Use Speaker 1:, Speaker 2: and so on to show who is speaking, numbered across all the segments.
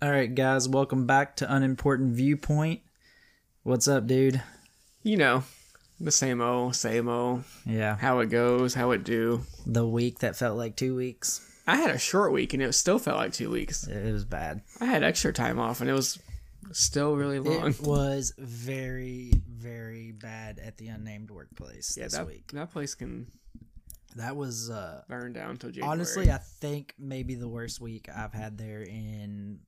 Speaker 1: All right, guys, welcome back to Unimportant Viewpoint. What's up, dude?
Speaker 2: You know, the same old, same old.
Speaker 1: Yeah,
Speaker 2: How it goes, how it do.
Speaker 1: the week that felt like two weeks.
Speaker 2: I had a short week and it still felt like two weeks.
Speaker 1: It was bad.
Speaker 2: I had extra time off and it was still really long.
Speaker 1: It was very, very bad at the unnamed workplace
Speaker 2: yeah,
Speaker 1: this
Speaker 2: that,
Speaker 1: week.
Speaker 2: that place can
Speaker 1: That was uh,
Speaker 2: burn down till January.
Speaker 1: honestly, I think maybe the worst week I've had there in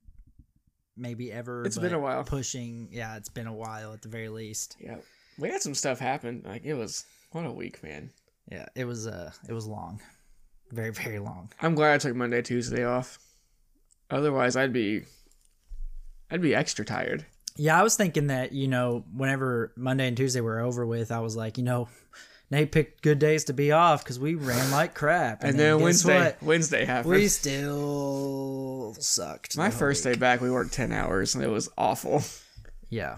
Speaker 1: maybe ever.
Speaker 2: It's
Speaker 1: but
Speaker 2: been a while.
Speaker 1: Pushing, yeah, it's been a while at the very least.
Speaker 2: yeah, we had some stuff happen. Like it was what a week, man.
Speaker 1: Yeah, it was uh, it was long, very, very long.
Speaker 2: I'm glad I took Monday, Tuesday off. Otherwise, I'd be, I'd be extra tired.
Speaker 1: Yeah, I was thinking that, you know, whenever Monday and Tuesday were over with, I was like, you know, Nate picked good days to be off because we ran like crap.
Speaker 2: And, then,
Speaker 1: guess
Speaker 2: Wednesday,
Speaker 1: what?
Speaker 2: Wednesday happened.
Speaker 1: we still sucked.
Speaker 2: My first day back, we worked ten hours and it was awful.
Speaker 1: Yeah.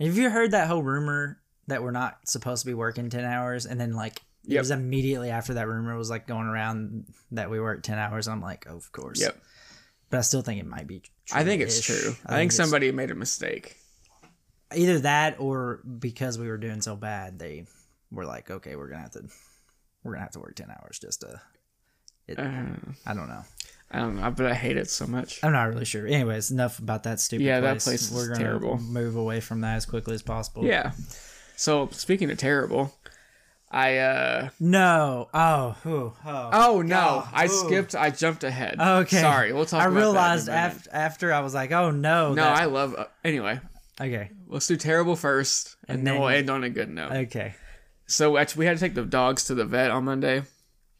Speaker 1: Have you heard that whole rumor that we're not supposed to be working 10 hours? And then, like, it
Speaker 2: Yep.
Speaker 1: was immediately after that rumor was like going around that we worked 10 hours. I'm like, oh, of course.
Speaker 2: Yep,
Speaker 1: But I still think it might be
Speaker 2: I think it's
Speaker 1: true-ish.
Speaker 2: true. I, think
Speaker 1: it's-
Speaker 2: somebody made a mistake.
Speaker 1: either that or because we were doing so bad they were like okay we're gonna have to we're gonna have to work 10 hours just to it,
Speaker 2: Uh,
Speaker 1: i don't know
Speaker 2: I don't know, but I hate it so much.
Speaker 1: i'm not really sure anyways enough about that stupid
Speaker 2: Yeah, that
Speaker 1: place.
Speaker 2: place is
Speaker 1: we're gonna
Speaker 2: terrible.
Speaker 1: move away from that as quickly as possible
Speaker 2: Yeah. So speaking of terrible, I uh
Speaker 1: no oh ooh, oh
Speaker 2: oh no,
Speaker 1: Oh,
Speaker 2: I
Speaker 1: ooh.
Speaker 2: skipped. I jumped ahead.
Speaker 1: okay
Speaker 2: Oh, Sorry, we'll talk.
Speaker 1: i
Speaker 2: about
Speaker 1: realized
Speaker 2: that in a minute.
Speaker 1: after after i was like oh no
Speaker 2: No,
Speaker 1: that-
Speaker 2: I love. Uh, anyway,
Speaker 1: okay
Speaker 2: let's do terrible first, and,
Speaker 1: And
Speaker 2: then,
Speaker 1: then-
Speaker 2: we'll end on a good note.
Speaker 1: okay
Speaker 2: so actually, we had to take the dogs to the vet on Monday.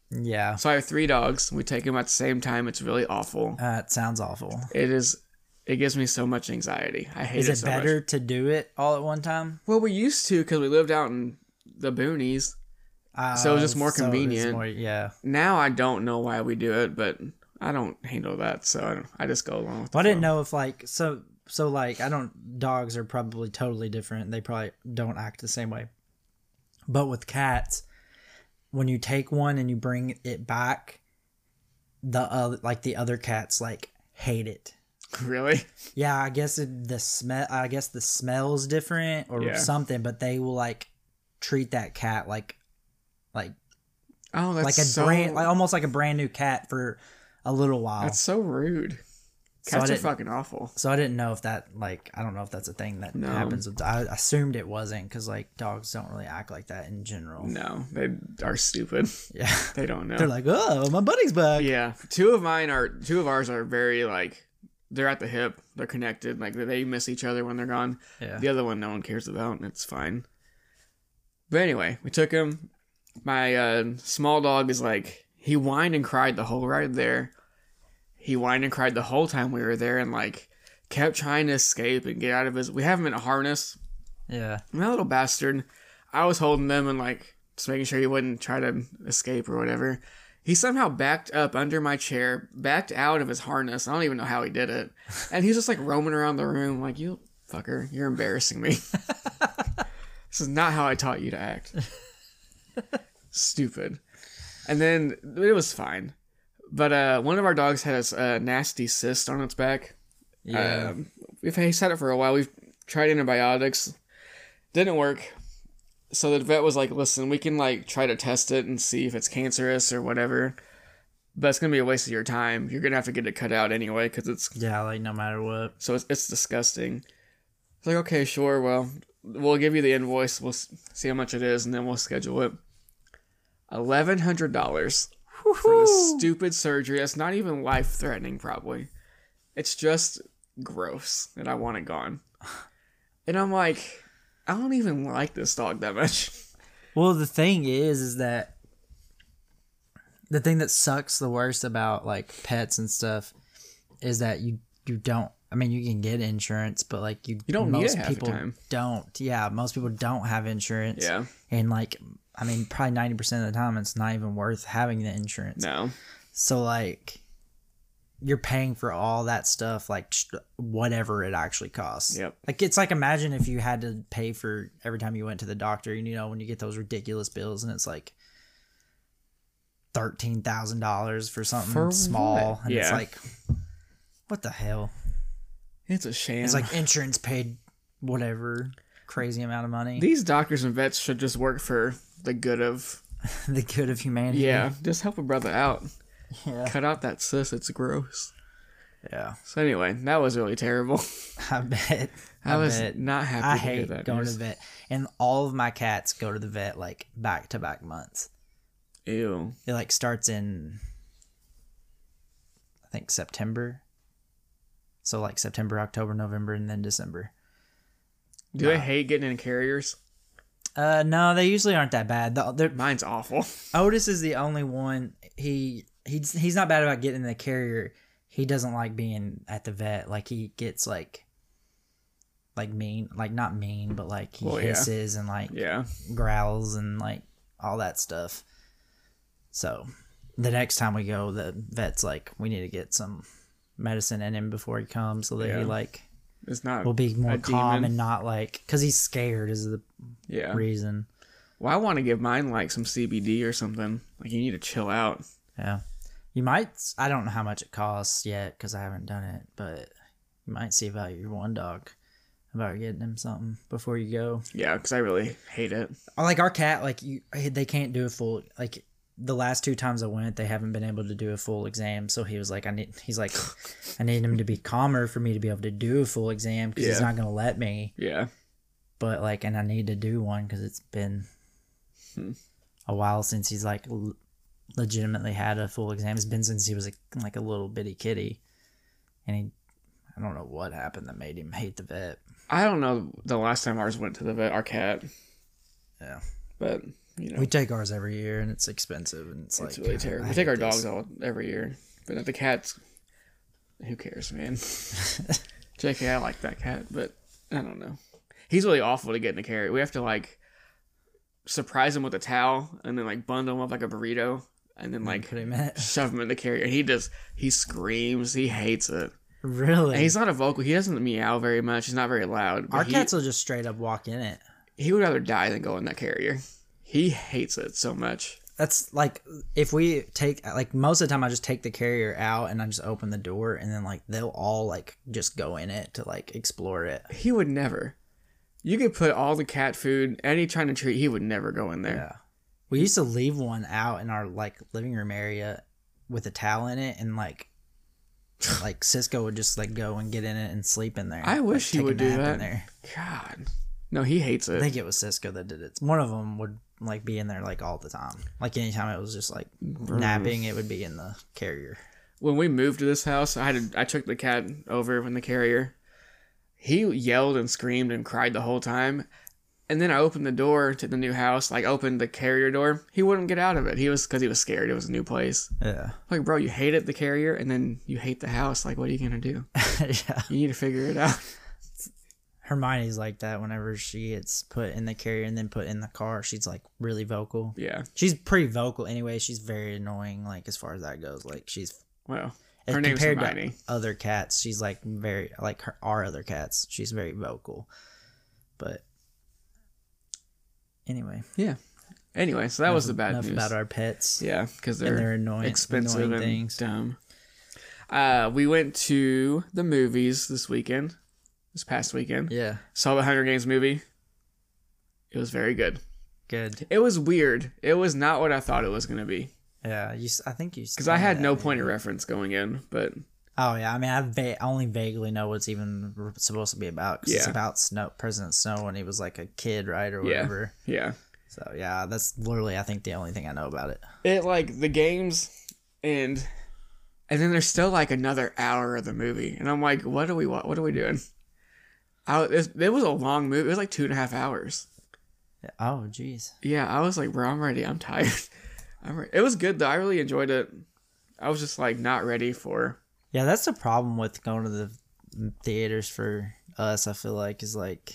Speaker 1: yeah
Speaker 2: So I have three dogs. We take them at the same time. It's really awful.
Speaker 1: uh, it sounds awful
Speaker 2: It is. It gives me so much anxiety. I hate
Speaker 1: is
Speaker 2: it,
Speaker 1: it
Speaker 2: so much.
Speaker 1: better to do it all at one time
Speaker 2: Well, we used to because we lived out in the boonies.
Speaker 1: uh,
Speaker 2: So it's just more
Speaker 1: so it's
Speaker 2: convenient.
Speaker 1: more- yeah
Speaker 2: Now I don't know why we do it, but I don't handle that, so I, don't, I just go along with.
Speaker 1: Well, I
Speaker 2: the
Speaker 1: didn't
Speaker 2: flow.
Speaker 1: know if like so so like I don't dogs are probably totally different. They probably don't act the same way. But with cats, when you take one and you bring it back, the other like the other cats like hate it.
Speaker 2: Really?
Speaker 1: Yeah, I guess it, the smell I guess the smell's different or
Speaker 2: Yeah.
Speaker 1: something, but they will like treat that cat like like
Speaker 2: Oh, that's
Speaker 1: like a
Speaker 2: so,
Speaker 1: brand like almost like a brand new cat for a little while.
Speaker 2: That's so rude.
Speaker 1: So I
Speaker 2: Cats are
Speaker 1: didn't-
Speaker 2: fucking awful.
Speaker 1: So I didn't know if that like I don't know if that's a thing that
Speaker 2: No.
Speaker 1: happens with. I assumed it wasn't because like dogs don't really act like that in general.
Speaker 2: No, they are stupid.
Speaker 1: Yeah,
Speaker 2: They don't know.
Speaker 1: they're like, oh, my buddy's back.
Speaker 2: yeah, two of mine are two of ours are very like they're at the hip. They're connected. Like they miss each other when they're gone.
Speaker 1: Yeah,
Speaker 2: The other one no one cares about, and it's fine. But anyway, we took him. My uh, small dog is like he whined and cried the whole ride there. He whined and cried the whole time we were there, and like kept trying to escape and get out of his. We have him in a harness.
Speaker 1: yeah.
Speaker 2: My little bastard. I was holding them and like just making sure he wouldn't try to escape or whatever. He somehow backed up under my chair, backed out of his harness. I don't even know how he did it. And he's just like roaming around the room, like, you fucker, you're embarrassing me. this is not how I taught you to act. Stupid. And then it was fine. But uh, one of our dogs has a nasty cyst on its back.
Speaker 1: Yeah.
Speaker 2: Um, we've he's had it for a while. We've tried antibiotics, didn't work. So the vet was like, "Listen, we can like try to test it and see if it's cancerous or whatever, but it's gonna be a waste of your time. You're gonna have to get it cut out anyway because it's
Speaker 1: yeah, like no matter what.
Speaker 2: so it's, it's disgusting." It's like, okay, sure, well, we'll give you the invoice. We'll s- see how much it is, and then we'll schedule it. Eleven hundred dollars for this stupid surgery. That's not even life threatening, probably. It's just gross, and I want it gone. And I'm like, I don't even like this dog that much.
Speaker 1: Well, the thing is, is that the thing that sucks the worst about like pets and stuff is that you you don't. I mean, you can get insurance, but like you,
Speaker 2: You don't need
Speaker 1: most
Speaker 2: it half the
Speaker 1: people
Speaker 2: time.
Speaker 1: don't. Yeah, most people don't have insurance.
Speaker 2: Yeah.
Speaker 1: and like I mean, probably ninety percent of the time, it's not even worth having the insurance.
Speaker 2: No.
Speaker 1: So like, you're paying for all that stuff, like tr- whatever it actually costs.
Speaker 2: Yep.
Speaker 1: Like it's like imagine if you had to pay for every time you went to the doctor, and you know when you get those ridiculous bills, and it's like thirteen thousand dollars for something
Speaker 2: For
Speaker 1: small,
Speaker 2: what?
Speaker 1: and it's
Speaker 2: Yeah.
Speaker 1: like, what the hell?
Speaker 2: It's a sham.
Speaker 1: It's like insurance paid whatever crazy amount of money.
Speaker 2: these doctors and vets should just work for the good of.
Speaker 1: the good of humanity.
Speaker 2: Yeah, just help a brother out.
Speaker 1: Mhm. Yeah.
Speaker 2: Cut out that sis. It's gross.
Speaker 1: Yeah.
Speaker 2: So anyway, that was really terrible.
Speaker 1: I bet.
Speaker 2: I,
Speaker 1: I
Speaker 2: was
Speaker 1: bet.
Speaker 2: not happy
Speaker 1: I
Speaker 2: to hear
Speaker 1: hate
Speaker 2: that.
Speaker 1: going to
Speaker 2: news.
Speaker 1: the vet. And all of my cats go to the vet like back to back months.
Speaker 2: Ew.
Speaker 1: It like starts in I think September. So like September, October, November, and then December.
Speaker 2: Do they hate getting in carriers?
Speaker 1: Uh no, they usually aren't that bad. The, they're-
Speaker 2: Mine's awful.
Speaker 1: Otis is the only one he he's he's not bad about getting in the carrier. He doesn't like being at the vet. Like he gets like like mean, like not mean, but like he
Speaker 2: Well, yeah.
Speaker 1: hisses and like
Speaker 2: Yeah.
Speaker 1: growls and like all that stuff. So the next time we go, the vet's like, we need to get some medicine in him before he comes so that
Speaker 2: Yeah.
Speaker 1: he like
Speaker 2: It's not.
Speaker 1: will be more calm
Speaker 2: demon.
Speaker 1: and not like because he's scared is the
Speaker 2: yeah.
Speaker 1: reason.
Speaker 2: Well, I want to give mine like some CBD or something. Like you need to chill out.
Speaker 1: Yeah, you might. I don't know how much it costs yet because I haven't done it, but you might see about your one dog about getting him something before you go.
Speaker 2: Yeah, because I really hate it.
Speaker 1: like our cat like you they can't do a full like the last two times i went they haven't been able to do a full exam so he was like i need he's like i need him to be calmer for me to be able to do a full exam because he's
Speaker 2: Yeah.
Speaker 1: not going to let me
Speaker 2: Yeah.
Speaker 1: but like and i need to do one because it's been
Speaker 2: Hmm.
Speaker 1: a while since he's like l- legitimately had a full exam it's been since he was like, like a little bitty kitty and he i don't know what happened that made him hate the vet
Speaker 2: I don't know the last time ours went to the vet, our cat.
Speaker 1: Yeah.
Speaker 2: But, you know,
Speaker 1: we take ours every year and it's expensive and it's,
Speaker 2: it's
Speaker 1: like
Speaker 2: really
Speaker 1: I
Speaker 2: terrible. We
Speaker 1: hate
Speaker 2: take our
Speaker 1: this.
Speaker 2: dogs all every year. But the cats, who cares, man? JK, I like that cat, but I don't know. He's really awful to get in a carrier. We have to, like, surprise him with a towel and then, like, bundle him up like a burrito and then, like,
Speaker 1: put him in it.
Speaker 2: shove him in the carrier. He just, he screams. He hates it.
Speaker 1: Really?
Speaker 2: And he's not a vocal. He doesn't meow very much. He's not very loud. but
Speaker 1: Our
Speaker 2: he,
Speaker 1: cats will just straight up walk in it.
Speaker 2: he would rather die than go in that carrier. He hates it so much.
Speaker 1: That's like if we take like most of the time I just take the carrier out and I just open the door and then like they'll all like just go in it to like explore it.
Speaker 2: He would never. You could put all the cat food, any China treat, he would never go in there.
Speaker 1: Yeah. We used to leave one out in our like living room area with a towel in it and like like Cisco would just like go and get in it and sleep in there.
Speaker 2: I
Speaker 1: Like,
Speaker 2: wish he
Speaker 1: take a
Speaker 2: would do
Speaker 1: nap in
Speaker 2: that.
Speaker 1: there.
Speaker 2: God. No, he hates
Speaker 1: I
Speaker 2: it.
Speaker 1: think it was Cisco that did it. One of them would like be in there like all the time. Like anytime it was just like napping, it would be in the carrier.
Speaker 2: When we moved to this house, I had to, I took the cat over in the carrier. He yelled and screamed and cried the whole time. And then I opened the door to the new house, like opened the carrier door. He wouldn't get out of it. He was because he was scared. It was a new place.
Speaker 1: Yeah.
Speaker 2: Like, bro, you hated the carrier and then you hate the house. Like, what are you gonna do?
Speaker 1: yeah.
Speaker 2: You need to figure it out.
Speaker 1: Hermione's like that whenever she gets put in the carrier and then put in the car. She's like really vocal.
Speaker 2: Yeah.
Speaker 1: She's pretty vocal anyway. She's very annoying, like as far as that goes. Like she's
Speaker 2: Well,
Speaker 1: as
Speaker 2: her name's
Speaker 1: compared
Speaker 2: Hermione.
Speaker 1: to other cats, she's like very like her our other cats. She's very vocal, but anyway,
Speaker 2: Anyway, so that was the bad
Speaker 1: enough
Speaker 2: news.
Speaker 1: about our pets
Speaker 2: yeah, because
Speaker 1: and
Speaker 2: they're,
Speaker 1: their annoying
Speaker 2: expensive
Speaker 1: annoying
Speaker 2: and
Speaker 1: things.
Speaker 2: dumb. Uh, we went to the movies this weekend, this past weekend.
Speaker 1: Yeah,
Speaker 2: Saw the Hunger Games movie. It was very good.
Speaker 1: good.
Speaker 2: It was weird. It was not what I thought it was going to be
Speaker 1: Yeah, you. s- I think you
Speaker 2: because I had no
Speaker 1: point.
Speaker 2: point of reference going in. But
Speaker 1: Oh yeah, I mean, I va- only vaguely know what's even r- supposed to be about. 'cause it's
Speaker 2: Yeah.
Speaker 1: about Snow, President Snow when he was like a kid, right, or
Speaker 2: Yeah.
Speaker 1: whatever.
Speaker 2: yeah,
Speaker 1: So yeah, that's literally I think the only thing I know about it.
Speaker 2: it like the games end, and then there's still like another hour of the movie, and I'm like, what are we wa- what are we doing? I, it, it was a long movie. It was like two and a half hours.
Speaker 1: Oh jeez,
Speaker 2: Yeah, I was like, bro, I'm ready. I'm tired. I'm re- it was good though. I really enjoyed it. I was just like not ready for.
Speaker 1: yeah, that's the problem with going to the theaters for us. I feel like is like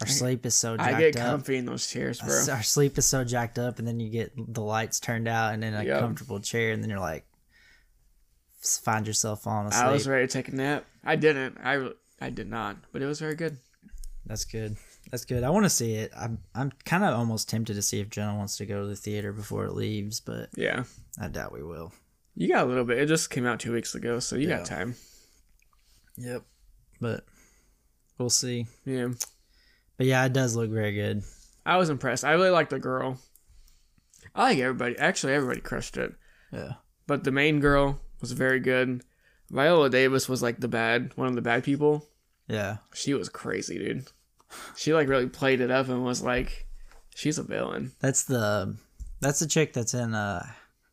Speaker 1: our sleep is so jacked
Speaker 2: I get
Speaker 1: up.
Speaker 2: comfy in those chairs, bro.
Speaker 1: Our sleep is so jacked up, and then you get the lights turned out, and then a
Speaker 2: Yep.
Speaker 1: comfortable chair, and then you're like, s- find yourself falling asleep.
Speaker 2: I was ready to take a nap. I didn't. I I did not, but it was very good.
Speaker 1: That's good. That's good. I want to see it. I'm I'm kind of almost tempted to see if Jenna wants to go to the theater before it leaves, but
Speaker 2: Yeah,
Speaker 1: I doubt we will.
Speaker 2: you got a little bit. It just came out two weeks ago, so you got time.
Speaker 1: Yep. But we'll see.
Speaker 2: Yeah,
Speaker 1: But yeah, it does look very good.
Speaker 2: I was impressed. I really liked the girl. I like everybody. Actually, everybody crushed it.
Speaker 1: Yeah.
Speaker 2: But the main girl was very good. Viola Davis was like the bad one of the bad people.
Speaker 1: Yeah.
Speaker 2: She was crazy, dude. She like really played it up and was like, she's a villain.
Speaker 1: That's the that's the chick that's in uh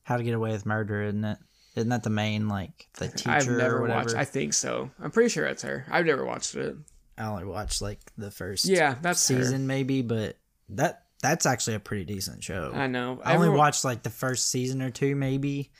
Speaker 1: How to Get Away with Murder, isn't it? Isn't that the main like the teacher
Speaker 2: I've
Speaker 1: or
Speaker 2: never
Speaker 1: whatever?
Speaker 2: watched. I think so. I'm pretty sure that's her. I've never watched it.
Speaker 1: I only watched like the first
Speaker 2: Yeah, that's
Speaker 1: season maybe, but that that's actually a pretty decent show.
Speaker 2: her. I know.
Speaker 1: I only
Speaker 2: Everyone-
Speaker 1: watched like the first season or two, maybe.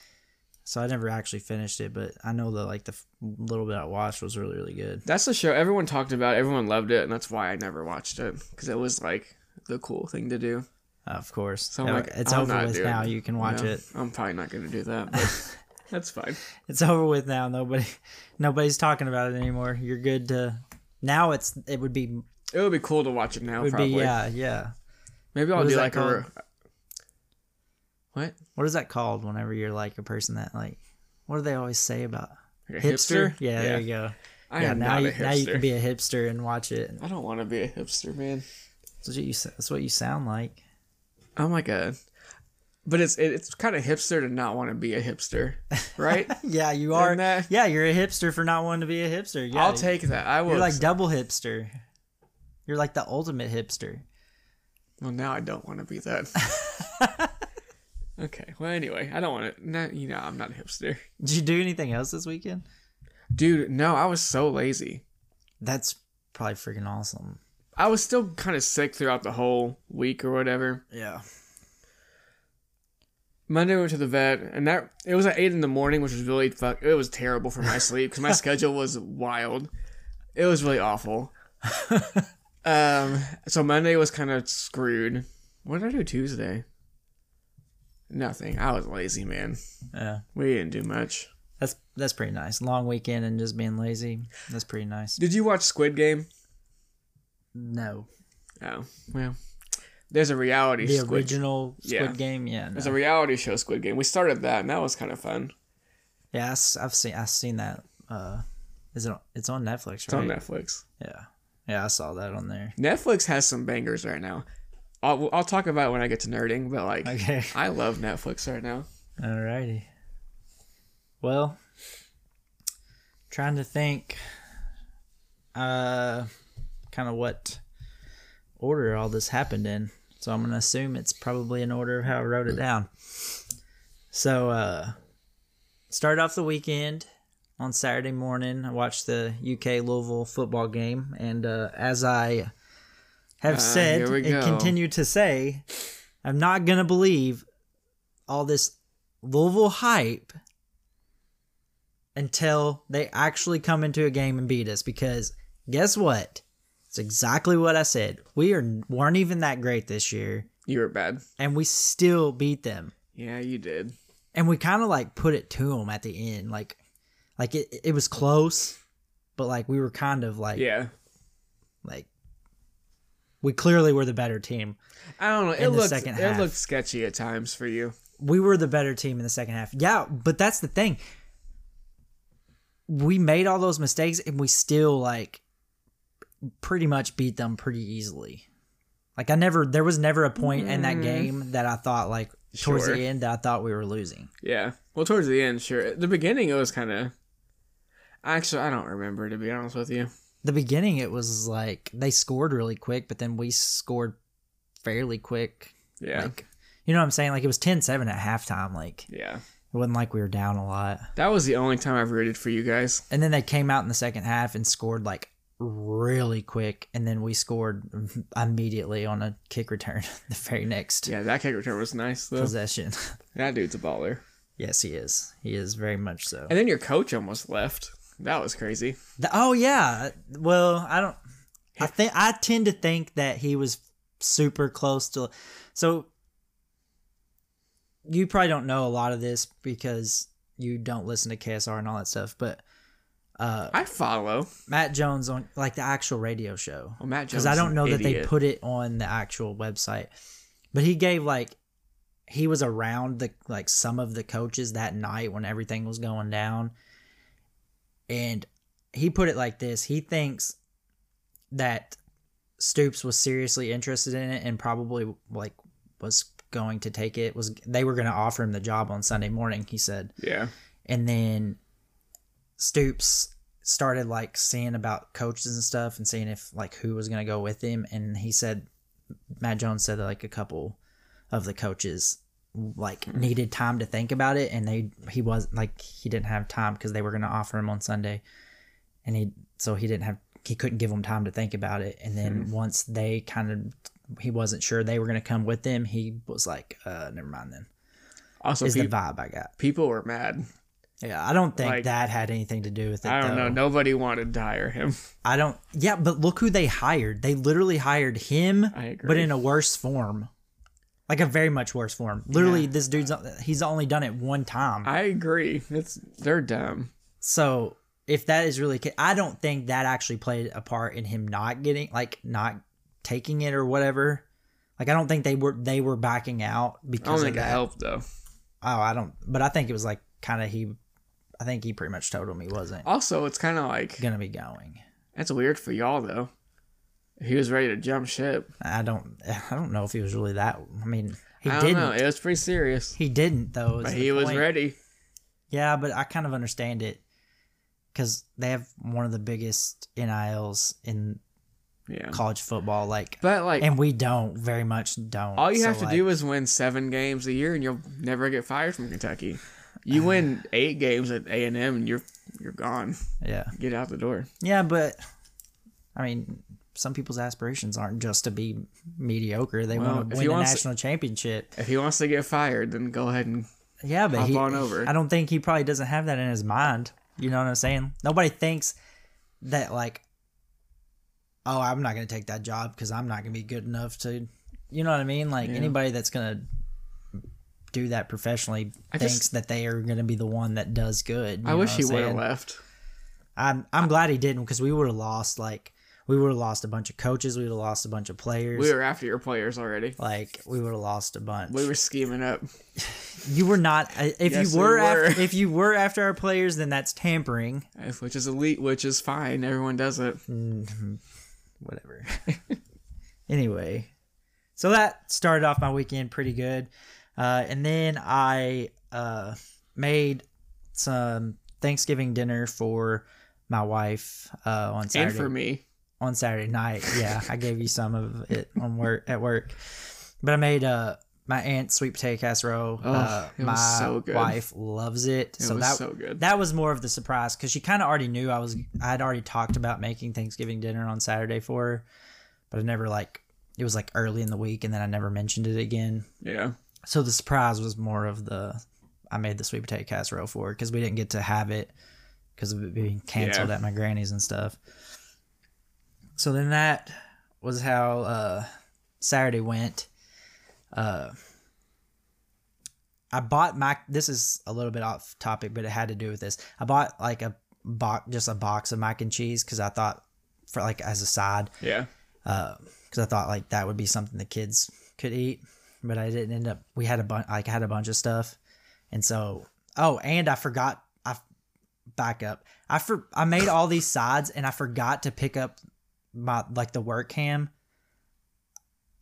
Speaker 1: So I never actually finished it, but I know that like the f- little bit I watched was really, really good.
Speaker 2: That's the show everyone talked about. Everyone loved it, and that's why I never watched it because it was like the cool thing to do.
Speaker 1: uh, Of course,
Speaker 2: So I'm
Speaker 1: Yeah,
Speaker 2: like,
Speaker 1: it's
Speaker 2: I'm
Speaker 1: over
Speaker 2: not
Speaker 1: with
Speaker 2: doing
Speaker 1: now.
Speaker 2: it.
Speaker 1: You can watch
Speaker 2: No,
Speaker 1: it.
Speaker 2: I'm probably not going to do that, but that's fine.
Speaker 1: It's over with now. Nobody, nobody's talking about it anymore. You're good to. Now it's it would be
Speaker 2: It would be cool to watch it now.
Speaker 1: would
Speaker 2: probably.
Speaker 1: be yeah yeah.
Speaker 2: Maybe I'll
Speaker 1: What is
Speaker 2: do
Speaker 1: that
Speaker 2: like a. re- What?
Speaker 1: What is that called? Whenever you're like a person that like, what do they always say about
Speaker 2: Like a
Speaker 1: hipster? Yeah, there you go.
Speaker 2: I
Speaker 1: yeah,
Speaker 2: am
Speaker 1: now
Speaker 2: not
Speaker 1: you
Speaker 2: a hipster.
Speaker 1: now you can be a hipster and watch it.
Speaker 2: I don't want to be a hipster, man.
Speaker 1: That's what you, that's what you sound like.
Speaker 2: I'm like a. But it's it, it's kind of hipster to not want to be a hipster, right?
Speaker 1: Yeah, you
Speaker 2: Isn't
Speaker 1: are.
Speaker 2: that-
Speaker 1: Yeah, you're a hipster for not wanting to be a hipster. Yeah,
Speaker 2: I'll take that. I will.
Speaker 1: You're like double hipster. You're like the ultimate hipster.
Speaker 2: well, now I don't want to be that. okay. Well, anyway, I don't want to. No, you know, I'm not a hipster,
Speaker 1: Did you do anything else this weekend?
Speaker 2: dude. No, I was so lazy.
Speaker 1: That's probably freaking awesome.
Speaker 2: I was still kind of sick throughout the whole week or whatever.
Speaker 1: Yeah.
Speaker 2: Monday went to the vet, and that it was at eight in the morning, which was really fuck. It was terrible for my sleep because my schedule was wild. It was really awful. um, so Monday was kind of screwed. What did I do Tuesday? Nothing. I was lazy, man.
Speaker 1: Yeah.
Speaker 2: We didn't do much.
Speaker 1: That's that's pretty nice. Long weekend and just being lazy. That's pretty nice.
Speaker 2: Did you watch Squid Game?
Speaker 1: No.
Speaker 2: Oh, well, there's a reality
Speaker 1: The
Speaker 2: Squid.
Speaker 1: original Squid
Speaker 2: Yeah.
Speaker 1: Game, yeah, no.
Speaker 2: There's a reality show Squid Game. We started that, and that was kind of fun.
Speaker 1: yeah. I s- I've seen I've seen that. Uh, is it? on- It's on Netflix,
Speaker 2: It's
Speaker 1: right?
Speaker 2: on Netflix.
Speaker 1: Yeah, yeah. I saw that on there.
Speaker 2: Netflix has some bangers right now. I'll, I'll talk about it when I get to nerding, but like,
Speaker 1: Okay.
Speaker 2: I love Netflix right now.
Speaker 1: Alrighty. Well, trying to think uh kind of what order all this happened in. So I'm going to assume it's probably in order of how I wrote it down. So uh start off the weekend on Saturday morning. I watched the UK Louisville football game and uh as I have
Speaker 2: Ah,
Speaker 1: said
Speaker 2: here we
Speaker 1: and
Speaker 2: go.
Speaker 1: continue to say, I'm not going to believe all this Louisville hype until they actually come into a game and beat us. Because guess what? It's exactly what I said. We are weren't even that great this year,
Speaker 2: You were bad.
Speaker 1: and we still beat them.
Speaker 2: Yeah, you did.
Speaker 1: And we kind of like put it to them at the end, like, like it it was close, but like we were kind of like
Speaker 2: Yeah.
Speaker 1: like we clearly were the better team.
Speaker 2: I don't know. It
Speaker 1: In the
Speaker 2: looked
Speaker 1: second
Speaker 2: it
Speaker 1: half.
Speaker 2: looked sketchy at times for you.
Speaker 1: we were the better team in the second half. Yeah, but that's the thing. We made all those mistakes and we still like pretty much beat them pretty easily. Like I never there was never a point in that game that I thought like towards
Speaker 2: Mm. Sure.
Speaker 1: the end that I thought we were losing.
Speaker 2: Yeah. Well, towards the end, sure. At the beginning, it was kind of. Actually, I don't remember to be honest with you.
Speaker 1: The beginning it was like they scored really quick, but then we scored fairly quick.
Speaker 2: Yeah.
Speaker 1: Like you know what I'm saying? Like it was 10-7 at halftime. Like it
Speaker 2: yeah.
Speaker 1: wasn't like we were down a lot.
Speaker 2: That was the only time I've rooted for you guys.
Speaker 1: And then they came out in the second half and scored like really quick. And then we scored immediately on a kick return the very next
Speaker 2: Yeah, that kick return was nice though.
Speaker 1: possession.
Speaker 2: That dude's a baller.
Speaker 1: yes, he is. He is very much so.
Speaker 2: And then your coach almost left. That was crazy.
Speaker 1: The- oh, yeah. Well, I don't. I think I tend to think that he was super close to. So you probably don't know a lot of this because you don't listen to KSR and all that stuff, but uh,
Speaker 2: I follow.
Speaker 1: Matt Jones on like the actual radio show
Speaker 2: Well, Matt Jones.
Speaker 1: because I don't know that they
Speaker 2: put.
Speaker 1: put it on the actual website, but he gave like he was around the like some of the coaches that night when everything was going down, and he put it like this: he thinks that Stoops was seriously interested in it and probably like was going to take it was they were going to offer him the job on Sunday morning. He said
Speaker 2: Yeah.
Speaker 1: and then Stoops started like seeing about coaches and stuff and seeing if like who was gonna go with him and he said Matt Jones said that like a couple of the coaches like needed time to think about it and they he was like he didn't have time because they were gonna offer him on Sunday and he so he didn't have he couldn't give him time to think about it and then once they kind of he wasn't sure they were gonna come with him he was like uh never mind then
Speaker 2: Also,
Speaker 1: is
Speaker 2: pe-
Speaker 1: the vibe I got
Speaker 2: people were mad.
Speaker 1: yeah, I don't think
Speaker 2: Like-
Speaker 1: that had anything to do with it.
Speaker 2: I don't
Speaker 1: though.
Speaker 2: know. Nobody wanted to hire him.
Speaker 1: I don't. Yeah, but look who they hired. They literally hired him,
Speaker 2: I agree.
Speaker 1: but in a worse form, like a very much worse form. Literally, this dude's he's only done it one time.
Speaker 2: I agree. It's they're dumb.
Speaker 1: so if that is really, ca- I don't think that actually played a part in him not getting, like, not taking it or whatever. Like, I don't think they were they were backing out
Speaker 2: I don't
Speaker 1: because of
Speaker 2: think it
Speaker 1: that.
Speaker 2: helped though.
Speaker 1: Oh, I don't. But I think it was like kind of he. I think he pretty much told him he wasn't
Speaker 2: Also, it's kind of like
Speaker 1: gonna be going.
Speaker 2: that's weird for y'all though. He was ready to jump ship.
Speaker 1: I don't I don't know if he was really that I mean he
Speaker 2: I don't
Speaker 1: didn't
Speaker 2: know. It was pretty serious,
Speaker 1: he didn't though is
Speaker 2: but
Speaker 1: the
Speaker 2: he was
Speaker 1: point.
Speaker 2: ready.
Speaker 1: yeah but I kind of understand it because they have one of the biggest NILs in
Speaker 2: Yeah.
Speaker 1: college football like
Speaker 2: But like,
Speaker 1: and we don't very much don't
Speaker 2: all you
Speaker 1: So,
Speaker 2: have to
Speaker 1: like,
Speaker 2: do is win seven games a year, and you'll never get fired from Kentucky. You win eight games at A and M, and you're you're gone.
Speaker 1: yeah
Speaker 2: Get out the door.
Speaker 1: yeah but I mean some people's aspirations aren't just to be mediocre they
Speaker 2: Well,
Speaker 1: want
Speaker 2: if
Speaker 1: to
Speaker 2: he
Speaker 1: win a
Speaker 2: wants-
Speaker 1: national championship
Speaker 2: If he wants to get fired, then go ahead and
Speaker 1: yeah but
Speaker 2: Hop
Speaker 1: he
Speaker 2: on over.
Speaker 1: I don't think he probably doesn't have that in his mind. You know what I'm saying? Nobody thinks that like, oh, I'm not gonna take that job because I'm not gonna be good enough to. You know what I mean? Like
Speaker 2: Yeah.
Speaker 1: anybody that's gonna do that professionally
Speaker 2: I
Speaker 1: thinks
Speaker 2: just-
Speaker 1: that they are gonna be the one that does good. you
Speaker 2: I
Speaker 1: know
Speaker 2: wish
Speaker 1: what
Speaker 2: he
Speaker 1: I'm
Speaker 2: would have
Speaker 1: saying?
Speaker 2: left.
Speaker 1: I'm I'm glad he didn't because we would have lost like we would have lost a bunch of coaches. We would have lost a bunch of players.
Speaker 2: We were after your players already.
Speaker 1: like we would have lost a bunch.
Speaker 2: We were scheming up.
Speaker 1: you were not. I- If
Speaker 2: Yes,
Speaker 1: you
Speaker 2: we
Speaker 1: were,
Speaker 2: were.
Speaker 1: After, if you were after our players, then that's tampering.
Speaker 2: If- which is elite, which is fine. Everyone does it. Mm-hmm.
Speaker 1: whatever. anyway, so that started off my weekend pretty good, uh, and then I uh, made some Thanksgiving dinner for my wife uh, on Saturday
Speaker 2: And for me,
Speaker 1: on Saturday night. Yeah, I gave you some of it on work at work, but I made uh, my aunt's sweet potato casserole.
Speaker 2: Oh,
Speaker 1: uh,
Speaker 2: it was
Speaker 1: my
Speaker 2: so good.
Speaker 1: wife loves it.
Speaker 2: it
Speaker 1: so
Speaker 2: was
Speaker 1: that
Speaker 2: so good.
Speaker 1: that was more of the surprise because she kind of already knew I was. I had already talked about making Thanksgiving dinner on Saturday for her, but I never like it was like early in the week, and then I never mentioned it again.
Speaker 2: yeah,
Speaker 1: So the surprise was more of the I made the sweet potato casserole for her because we didn't get to have it because of it being canceled
Speaker 2: Yeah.
Speaker 1: at my granny's and stuff. So then that was how uh, Saturday went. Uh, I bought my. This is a little bit off topic, but it had to do with this. I bought like a box, just a box of mac and cheese because I thought for like as a side
Speaker 2: yeah.
Speaker 1: because Uh, I thought like that would be something the kids could eat, but I didn't end up. We had a bunch, like I had a bunch of stuff, and so oh, and I forgot. I back up. I for I made all these sides, and I forgot to pick up my like the work cam.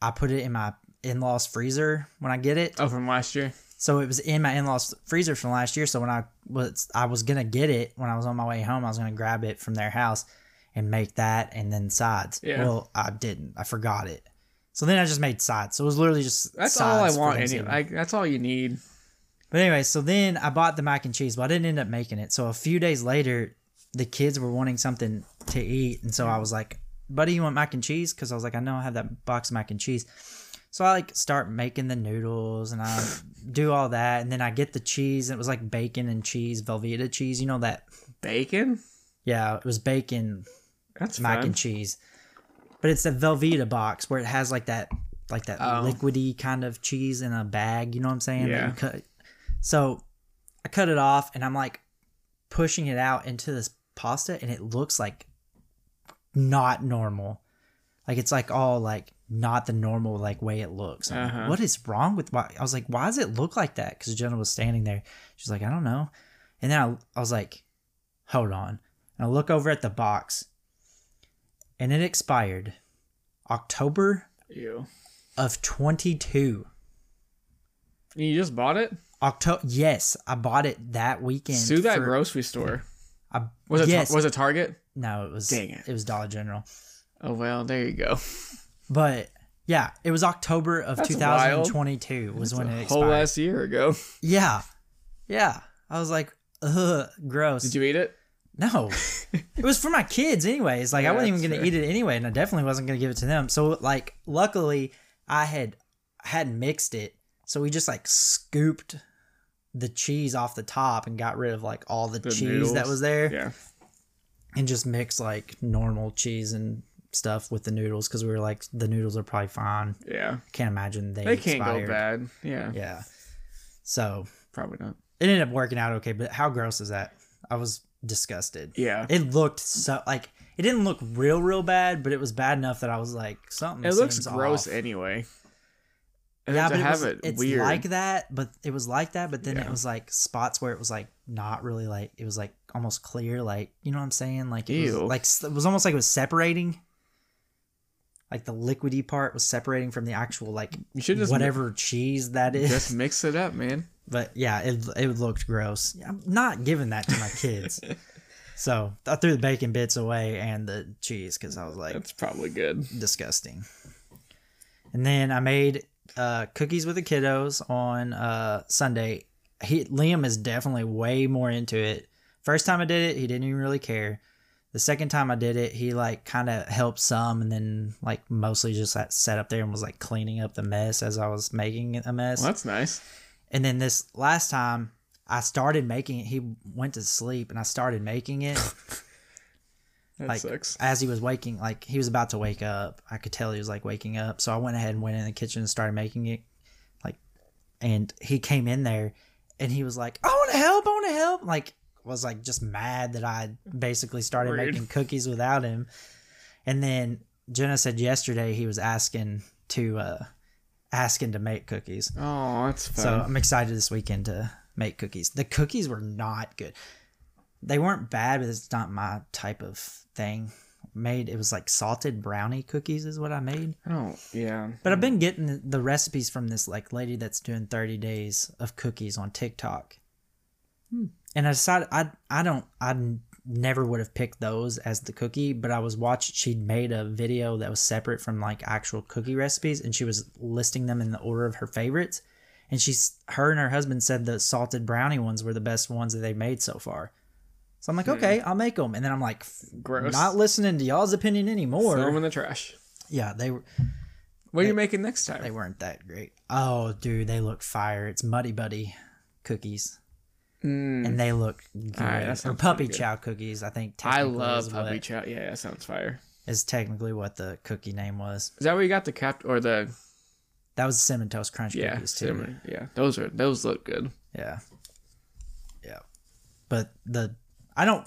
Speaker 1: I put it in my in laws freezer when I get it,
Speaker 2: Oh, from last year.
Speaker 1: so it was in my in laws freezer from last year. So when I was I was gonna get it when I was on my way home, I was gonna grab it from their house and make that and then sides.
Speaker 2: Yeah.
Speaker 1: Well, I didn't. I forgot it. So then I just made sides. So it was literally just
Speaker 2: That's all I
Speaker 1: sides for
Speaker 2: want. Any,
Speaker 1: Thanksgiving.
Speaker 2: like that's all you need.
Speaker 1: But anyway, so then I bought the mac and cheese, but I didn't end up making it. So a few days later, the kids were wanting something to eat, and so I was like, "Buddy, you want mac and cheese?" Because I was like, "I know I have that box of mac and cheese." So I like start making the noodles and I do all that, and then I get the cheese, and it was like bacon and cheese, Velveeta cheese, you know that?
Speaker 2: Bacon.
Speaker 1: Yeah, it was bacon
Speaker 2: That's
Speaker 1: mac
Speaker 2: fun.
Speaker 1: and cheese, but it's the Velveeta box where it has like that like that
Speaker 2: Oh.
Speaker 1: liquidy kind of cheese in a bag. You know what I'm saying? That you
Speaker 2: Yeah.
Speaker 1: cut. So I cut it off and I'm like pushing it out into this pasta and it looks like not normal. Like it's like all like not the normal like way it looks. I'm like,
Speaker 2: Uh-huh.
Speaker 1: what is wrong with why? I was like, why does it look like that? Because Jenna was standing there. She's like, I don't know. And then I, I was like, hold on. And I look over at the box and it expired October
Speaker 2: You.
Speaker 1: of 22.
Speaker 2: You just bought it?
Speaker 1: October. Yes, I bought it that weekend.
Speaker 2: Sue that
Speaker 1: for-
Speaker 2: grocery store.
Speaker 1: I,
Speaker 2: Was it
Speaker 1: Yes.
Speaker 2: was it Target?
Speaker 1: no, it was.
Speaker 2: Dang it.
Speaker 1: It was Dollar General.
Speaker 2: Oh well, there you go.
Speaker 1: But yeah, it was October of
Speaker 2: That's
Speaker 1: 2022 was when it
Speaker 2: a
Speaker 1: expired.
Speaker 2: whole last year ago.
Speaker 1: yeah, yeah. I was like, ugh, gross.
Speaker 2: Did you eat it?
Speaker 1: No, it was for my kids anyways. Like I
Speaker 2: Yeah,
Speaker 1: wasn't even
Speaker 2: that's
Speaker 1: gonna
Speaker 2: fair.
Speaker 1: eat it anyway, and I definitely wasn't gonna give it to them. So like, luckily, I had hadn't mixed it, so we just like scooped the cheese off the top and got rid of like all the,
Speaker 2: The
Speaker 1: cheese
Speaker 2: noodles.
Speaker 1: that was there,
Speaker 2: Yeah.
Speaker 1: and just mixed like normal cheese and stuff with the noodles because we were like, the noodles are probably fine.
Speaker 2: Yeah.
Speaker 1: Can't imagine they
Speaker 2: They can't
Speaker 1: expired.
Speaker 2: go bad. Yeah,
Speaker 1: Yeah, so
Speaker 2: Probably not.
Speaker 1: it ended up working out okay. But how gross is that? I was disgusted.
Speaker 2: Yeah. It,
Speaker 1: It looked so like it didn't look real, real bad, but it was bad enough that I was like, something.
Speaker 2: looks
Speaker 1: seems
Speaker 2: gross
Speaker 1: off.
Speaker 2: anyway. And
Speaker 1: Yeah,
Speaker 2: to
Speaker 1: but it
Speaker 2: have
Speaker 1: was,
Speaker 2: it
Speaker 1: it's
Speaker 2: weird.
Speaker 1: like that, but it was like that, but then
Speaker 2: Yeah.
Speaker 1: it was like spots where it was like not really like it was like almost clear, like you know what I'm saying? Like it was
Speaker 2: Ew.
Speaker 1: like s- it was almost like it was separating. Like the liquidy part was separating from the actual like
Speaker 2: you should just
Speaker 1: whatever cheese that is.
Speaker 2: Just mix it up, man.
Speaker 1: but yeah, it it looked gross. I'm not giving that to my kids. so I threw the bacon bits away and the cheese because I was like
Speaker 2: That's probably good.
Speaker 1: disgusting. And then I made uh, cookies with the kiddos on uh, Sunday. He Liam is definitely way more into it. First time I did it, he didn't even really care. The second time I did it, he like kind of helped some, and then like mostly just like, sat up there and was like cleaning up the mess as I was making a mess.
Speaker 2: Well, that's nice.
Speaker 1: And then this last time, I started making it. He went to sleep, and I started making it
Speaker 2: That
Speaker 1: Like,
Speaker 2: sucks.
Speaker 1: as he was waking. Like he was about to wake up. I could tell he was like waking up. So I went ahead and went in the kitchen and started making it. Like, and he came in there, and he was like, "I want to help. I want to help." Like was like just mad that I basically started
Speaker 2: Rude.
Speaker 1: making cookies without him. And then Jenna said yesterday he was asking to uh asking to make cookies.
Speaker 2: Oh, that's fun.
Speaker 1: So um, I'm excited this weekend to make cookies. The cookies were not good. They weren't bad, but it's not my type of thing. Made it was like salted brownie cookies is what I made.
Speaker 2: I don't. Yeah.
Speaker 1: But I've been getting the- the recipes from this like lady that's doing 30 days of cookies on TikTok. And I decided I I don't I n- never would have picked those as the cookie, but I was watching she'd made a video that was separate from like actual cookie recipes and she was listing them in the order of her favorites. And she's her and her husband said the salted brownie ones were the best ones that they made so far. So I'm like, okay, I'll make them. And then I'm like,
Speaker 2: gross.
Speaker 1: not listening to y'all's opinion anymore.
Speaker 2: Throw 'em in the trash.
Speaker 1: yeah, they were
Speaker 2: What are you making next time?
Speaker 1: they weren't that great. Oh, dude, they look fire. It's Muddy Buddy cookies,
Speaker 2: Mm,
Speaker 1: and they look great.
Speaker 2: right, that
Speaker 1: or
Speaker 2: sounds
Speaker 1: Puppy
Speaker 2: pretty good.
Speaker 1: Chow cookies, I think.
Speaker 2: I
Speaker 1: Technically
Speaker 2: love
Speaker 1: is
Speaker 2: puppy
Speaker 1: what-
Speaker 2: chow. Yeah, that sounds fire.
Speaker 1: Is technically what the cookie name was.
Speaker 2: Is that where you got the cap or the
Speaker 1: That was cinnamon toast crunch
Speaker 2: yeah
Speaker 1: cookies too.
Speaker 2: cinnamon? Yeah, those are those look good.
Speaker 1: Yeah, yeah. But the I don't.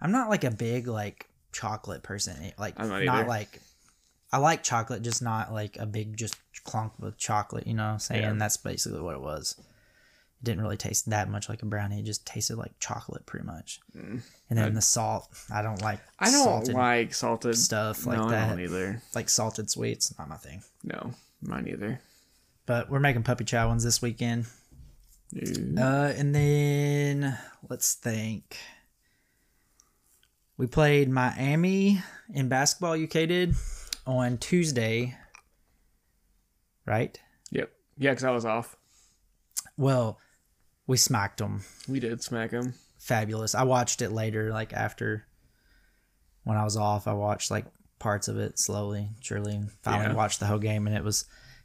Speaker 1: I'm not like a big like chocolate person. eh, Like
Speaker 2: I'm not either.
Speaker 1: like. I like chocolate, just not like a big just clunk with chocolate. You know, what I'm saying
Speaker 2: Yeah.
Speaker 1: that's basically what it was. It didn't really taste that much like a brownie. It just tasted like chocolate, pretty much. And then the salt. I don't like.
Speaker 2: Mm. I don't
Speaker 1: salted,
Speaker 2: like salted
Speaker 1: stuff like
Speaker 2: no, I
Speaker 1: that.
Speaker 2: don't either.
Speaker 1: like salted sweets. Not my thing.
Speaker 2: No, mine either.
Speaker 1: But we're making puppy chow ones this weekend.
Speaker 2: Dude.
Speaker 1: Uh, and then let's think. We played Miami in basketball. UK did on Tuesday, right?
Speaker 2: Yep. Yeah, because I was off.
Speaker 1: Well, we smacked them.
Speaker 2: We did smack him.
Speaker 1: Fabulous. I watched it later, like after when I was off. I watched like parts of it slowly, surely. and Finally,
Speaker 2: Yeah.
Speaker 1: watched the whole game, and it was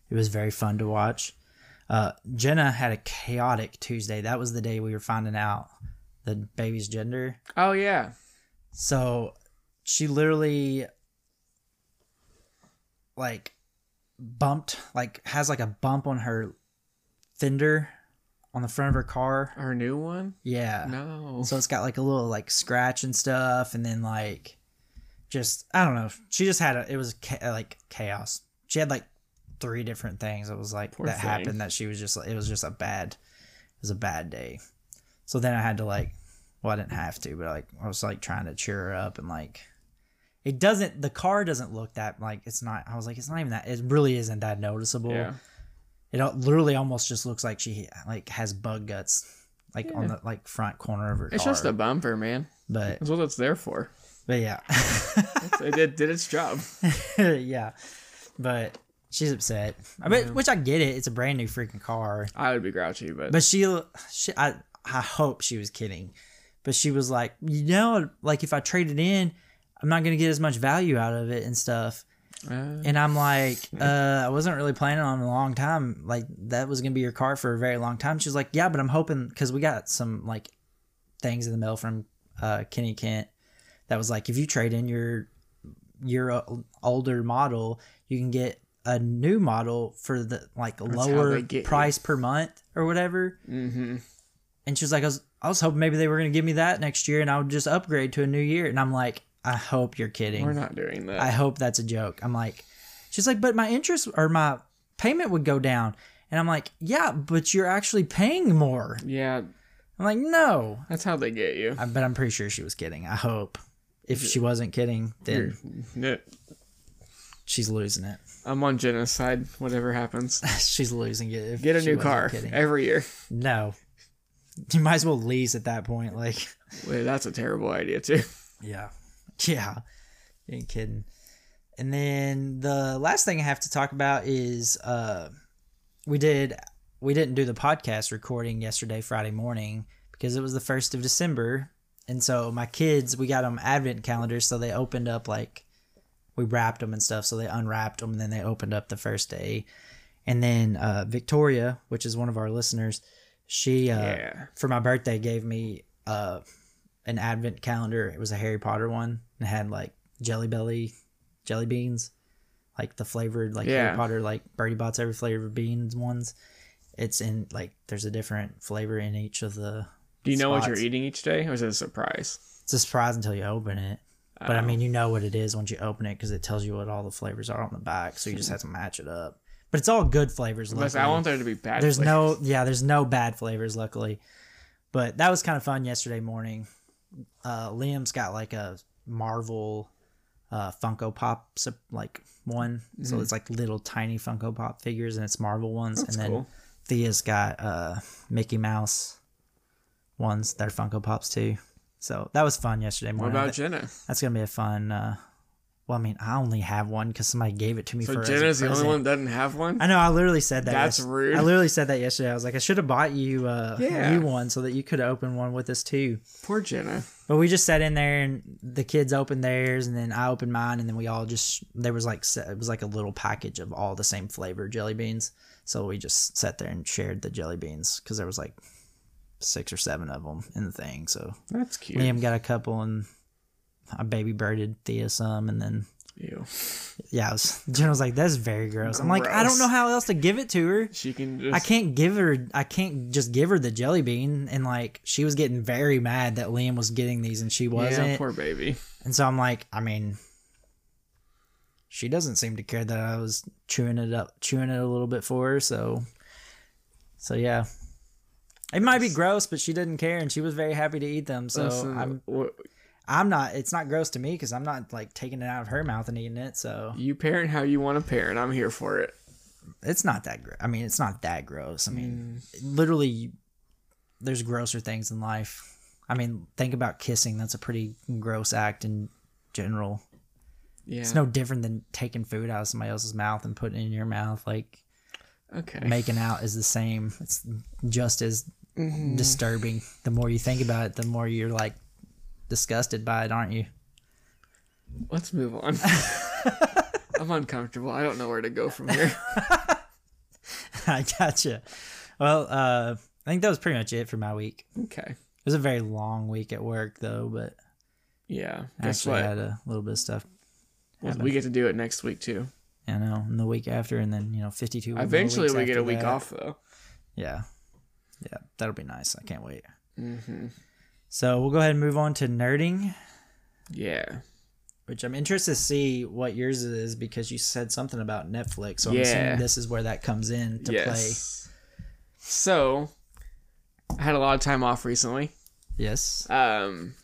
Speaker 1: it was very fun to watch. Uh, Jenna had a chaotic Tuesday. That was the day we were finding out the baby's gender.
Speaker 2: Oh yeah.
Speaker 1: So she literally like bumped like has like a bump on her fender on the front of her car.
Speaker 2: Our new one?
Speaker 1: Yeah.
Speaker 2: No.
Speaker 1: So it's got like a little like scratch and stuff, and then like just I don't know. She just had a it was cha- like chaos. She had like three different things. It was like
Speaker 2: Poor
Speaker 1: that
Speaker 2: thing.
Speaker 1: happened that she was just it was just a bad it was a bad day. So then I had to like well I didn't have to, but like I was like trying to cheer her up and like it doesn't the car doesn't look that like it's not I was like it's not even that it really isn't that noticeable.
Speaker 2: yeah.
Speaker 1: It al- literally almost just looks like she like has bug guts like on
Speaker 2: Yeah.
Speaker 1: the like front corner of her
Speaker 2: It's
Speaker 1: car.
Speaker 2: just a bumper, man.
Speaker 1: but
Speaker 2: That's what it's there for.
Speaker 1: but yeah,
Speaker 2: It's- it did, did its job.
Speaker 1: yeah. But she's upset. I mean, which I get it. It's a brand new freaking car.
Speaker 2: I would be grouchy, but,
Speaker 1: But she, she, I, I hope she was kidding. But she was like, you know, like if I trade it in, I'm not gonna get as much value out of it and stuff.
Speaker 2: uh,
Speaker 1: And I'm like, uh, I wasn't really planning on it a long time. Like that was gonna be your car for a very long time. She's like, yeah, but I'm hoping because we got some like things in the mail from uh, Kenny Kent that was like, if you trade in your your o- older model, you can get a new model for the like
Speaker 2: how
Speaker 1: lower
Speaker 2: they get you.
Speaker 1: price per month or whatever.
Speaker 2: mhm.
Speaker 1: And she was like, I was I was hoping maybe they were gonna give me that next year and I would just upgrade to a new year. And I'm like, I hope you're kidding.
Speaker 2: we're not doing that.
Speaker 1: I hope that's a joke. I'm like, she's like, but my interest or my payment would go down. And I'm like, yeah, but you're actually paying more.
Speaker 2: yeah,
Speaker 1: I'm like, no.
Speaker 2: that's how they get you.
Speaker 1: I- But I'm pretty sure she was kidding. I hope. If she wasn't kidding, then
Speaker 2: Yeah.
Speaker 1: she's losing it.
Speaker 2: I'm on genocide, whatever happens.
Speaker 1: she's losing it. if
Speaker 2: Get a
Speaker 1: she
Speaker 2: new
Speaker 1: wasn't
Speaker 2: car
Speaker 1: kidding.
Speaker 2: every year.
Speaker 1: No. You might as well lease at that point. Like,
Speaker 2: Wait, that's a terrible idea, too.
Speaker 1: yeah. Yeah. You ain't kidding. And then the last thing I have to talk about is uh we did we didn't do the podcast recording yesterday Friday morning because it was the 1st of December and so my kids we got them advent calendars so they opened up like we wrapped them and stuff so they unwrapped them and then they opened up the first day and then uh Victoria which is one of our listeners she uh
Speaker 2: Yeah.
Speaker 1: for my birthday gave me uh an advent calendar it was a Harry Potter one and it had like jelly belly jelly beans like the flavored like
Speaker 2: Yeah.
Speaker 1: Harry Potter like Birdie Bots every flavored beans ones. It's in like there's a different flavor in each of the.
Speaker 2: Do you know what
Speaker 1: Spots.
Speaker 2: you're eating each day, or is it a surprise?
Speaker 1: It's a surprise until you open it, but I
Speaker 2: Oh.
Speaker 1: mean you know what it is once you open it because it tells you what all the flavors are on the back, so you just have to match it up. But it's all good flavors.
Speaker 2: Unless I
Speaker 1: luckily.
Speaker 2: want there to be bad.
Speaker 1: there's
Speaker 2: flavors.
Speaker 1: no yeah there's no bad flavors luckily but that was kind of fun yesterday morning uh liam's got like a marvel uh funko pop sup- like one so it's like little tiny funko pop figures and it's marvel ones
Speaker 2: Mm. That's
Speaker 1: and then
Speaker 2: cool.
Speaker 1: thea's got uh mickey mouse ones they're funko pops too so that was fun yesterday
Speaker 2: What
Speaker 1: morning
Speaker 2: about Jenna?
Speaker 1: that's gonna be a fun uh well i mean i only have one because somebody gave it to me
Speaker 2: So
Speaker 1: for as a
Speaker 2: Jenna's the only
Speaker 1: present.
Speaker 2: one that doesn't have one.
Speaker 1: I know. I literally said that.
Speaker 2: That's
Speaker 1: yes-
Speaker 2: rude.
Speaker 1: I literally said that yesterday. I was like, I should have bought you, uh,
Speaker 2: Yeah.
Speaker 1: you one so that you could open one with us too.
Speaker 2: Poor Jenna.
Speaker 1: But we just sat in there, and the kids opened theirs, and then I opened mine, and then we all just there was like se- it was like a little package of all the same flavor jelly beans. So we just sat there and shared the jelly beans because there was like six or seven of them in the thing. So
Speaker 2: That's cute.
Speaker 1: Liam got a couple, and I baby birded Thea some, and then
Speaker 2: Ew.
Speaker 1: yeah, I was, Jen was like, "That's very gross." I'm like, I don't
Speaker 2: Gross.
Speaker 1: know how else to give it to her.
Speaker 2: She can just.
Speaker 1: I can't give her. I can't just give her the jelly bean, and like she was getting very mad that Liam was getting these and she wasn't.
Speaker 2: Yeah, poor baby.
Speaker 1: and so I'm like, I mean, she doesn't seem to care that I was chewing it up, chewing it a little bit for her. So, so yeah, it might be gross, but she didn't care, and she was very happy to eat them. So
Speaker 2: Listen,
Speaker 1: I'm,
Speaker 2: wh-
Speaker 1: I'm not. It's not gross to me because I'm not like taking it out of her mouth and eating it. So
Speaker 2: you parent how you want to parent. I'm here for it.
Speaker 1: it's not that gr- i mean it's not that gross i mean literally you- there's grosser things in life i mean think about kissing that's a pretty gross act in general
Speaker 2: Yeah.
Speaker 1: it's no different than taking food out of somebody else's mouth and putting it in your mouth like
Speaker 2: okay.
Speaker 1: making out is the same it's just as disturbing the more you think about it the more you're like disgusted by it aren't you
Speaker 2: Let's move on. I'm uncomfortable. I don't know where to go from here.
Speaker 1: i gotcha well uh i think that was pretty much it for my week
Speaker 2: Okay.
Speaker 1: it was a very long week at work though but
Speaker 2: Yeah. Guess
Speaker 1: actually
Speaker 2: what?
Speaker 1: had a little bit of stuff.
Speaker 2: Well, we get to do it next week too.
Speaker 1: You know, and the week after, and then you know, fifty-two. more
Speaker 2: Eventually,
Speaker 1: weeks
Speaker 2: we get
Speaker 1: after
Speaker 2: a week
Speaker 1: that.
Speaker 2: off though.
Speaker 1: Yeah, Yeah, that'll be nice. I can't wait.
Speaker 2: hmm
Speaker 1: So we'll go ahead and move on to nerding,
Speaker 2: Yeah.
Speaker 1: which I'm interested to see what yours is because you said something about Netflix. So I'm
Speaker 2: Yeah.
Speaker 1: assuming this is where that comes in to
Speaker 2: yes. So, I had a lot of time off recently.
Speaker 1: play. Yes.
Speaker 2: Um,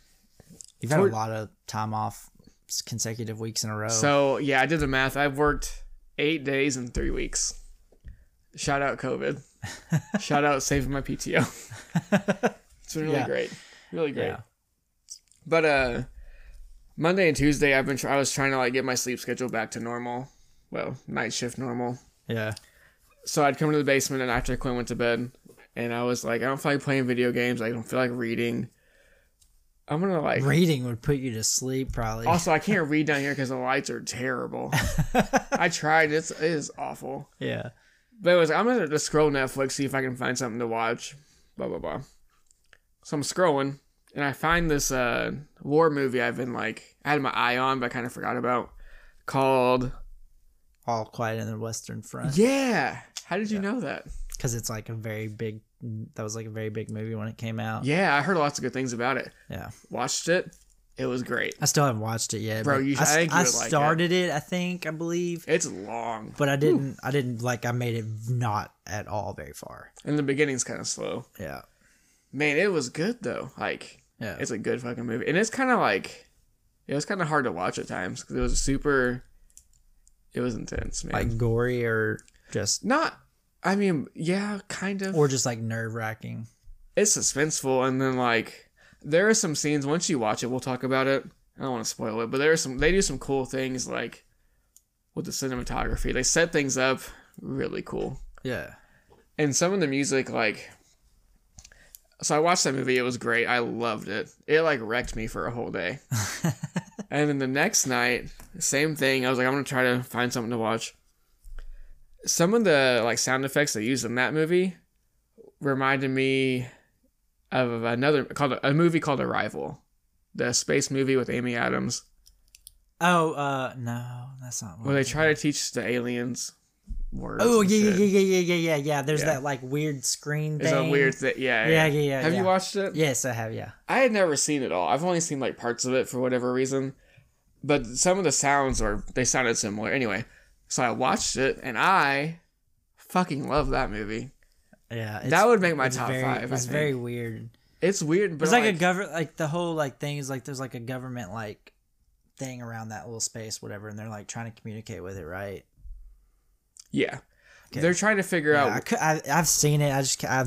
Speaker 1: You've had a
Speaker 2: Tor-
Speaker 1: lot of time off s- consecutive weeks in a row.
Speaker 2: So yeah, I did the math. I've worked eight days in three weeks. Shout out COVID. Shout out saving my PTO. it's been really
Speaker 1: Yeah.
Speaker 2: great, really great.
Speaker 1: Yeah.
Speaker 2: But uh, Monday and Tuesday, I've been try- I was trying to like get my sleep schedule back to normal. Well, night shift normal.
Speaker 1: yeah.
Speaker 2: So I'd come to the basement, and after Quinn went to bed, and I was like, I don't feel like playing video games. I don't feel like reading. I'm gonna like
Speaker 1: Reading would put you to sleep probably.
Speaker 2: also, I can't read down here because the lights are terrible. I tried. It's it is awful.
Speaker 1: yeah.
Speaker 2: But anyways, I'm gonna just scroll Netflix, see if I can find something to watch. Blah blah blah. So I'm scrolling, and I find this uh, war movie I've been like I had my eye on, but I kind of forgot about. Called
Speaker 1: All quiet in the Western Front
Speaker 2: Yeah. How did you know that?
Speaker 1: because it's like a very big. That was like a very big movie when it came out.
Speaker 2: Yeah, I heard lots of good things about it.
Speaker 1: Yeah.
Speaker 2: Watched it. It was great.
Speaker 1: I still haven't watched it yet.
Speaker 2: Bro,
Speaker 1: but
Speaker 2: you-
Speaker 1: I,
Speaker 2: I think you
Speaker 1: I
Speaker 2: would like it.
Speaker 1: started it. I think I believe,
Speaker 2: It's long,
Speaker 1: but I didn't. I didn't like. I made it not at all very far.
Speaker 2: and the beginning's kind of slow.
Speaker 1: Yeah.
Speaker 2: Man, it was good though. Like
Speaker 1: Yeah.
Speaker 2: It's a good fucking movie, and it's kind of like it was kind of hard to watch at times because it was super. It was intense, man.
Speaker 1: like gory or just
Speaker 2: Not, I mean, yeah, kind of.
Speaker 1: or just like nerve wracking.
Speaker 2: it's suspenseful, and then like there are some scenes. Once you watch it, we'll talk about it. I don't want to spoil it, but there are some. They do some cool things like with the cinematography. They set things up really cool,
Speaker 1: Yeah.
Speaker 2: and some of the music like. So I watched that movie. It was great. I loved it. It like wrecked me for a whole day. And then the next night, same thing. I was like, I'm gonna try to find something to watch. Some of the like sound effects they used in that movie reminded me of another called a movie called Arrival, the space movie with Amy Adams,
Speaker 1: oh uh no, that's not. what
Speaker 2: where they
Speaker 1: it
Speaker 2: try to teach the aliens words.
Speaker 1: Oh
Speaker 2: and
Speaker 1: yeah, yeah,
Speaker 2: shit.
Speaker 1: yeah, yeah, yeah, yeah, yeah, yeah. There's
Speaker 2: Yeah.
Speaker 1: that like weird screen
Speaker 2: It's
Speaker 1: thing.
Speaker 2: a weird thing. Yeah,
Speaker 1: Yeah, yeah, yeah.
Speaker 2: Have
Speaker 1: yeah.
Speaker 2: you watched it?
Speaker 1: Yes, I have. Yeah.
Speaker 2: I had never seen it all. I've only seen like parts of it for whatever reason. But some of the sounds are they sounded similar. Anyway, so I watched it and I fucking love that movie.
Speaker 1: Yeah.
Speaker 2: that would make my
Speaker 1: it's
Speaker 2: top
Speaker 1: very,
Speaker 2: five. I
Speaker 1: It's
Speaker 2: think.
Speaker 1: very weird.
Speaker 2: It's weird, but
Speaker 1: It's like,
Speaker 2: like,
Speaker 1: a government, like the whole like thing is like there's like a government like thing around that little space, whatever, and they're like trying to communicate with it, right?
Speaker 2: yeah.
Speaker 1: Okay.
Speaker 2: They're trying to figure
Speaker 1: Yeah, I,
Speaker 2: out.
Speaker 1: cou- I, I've seen it. I just ca- I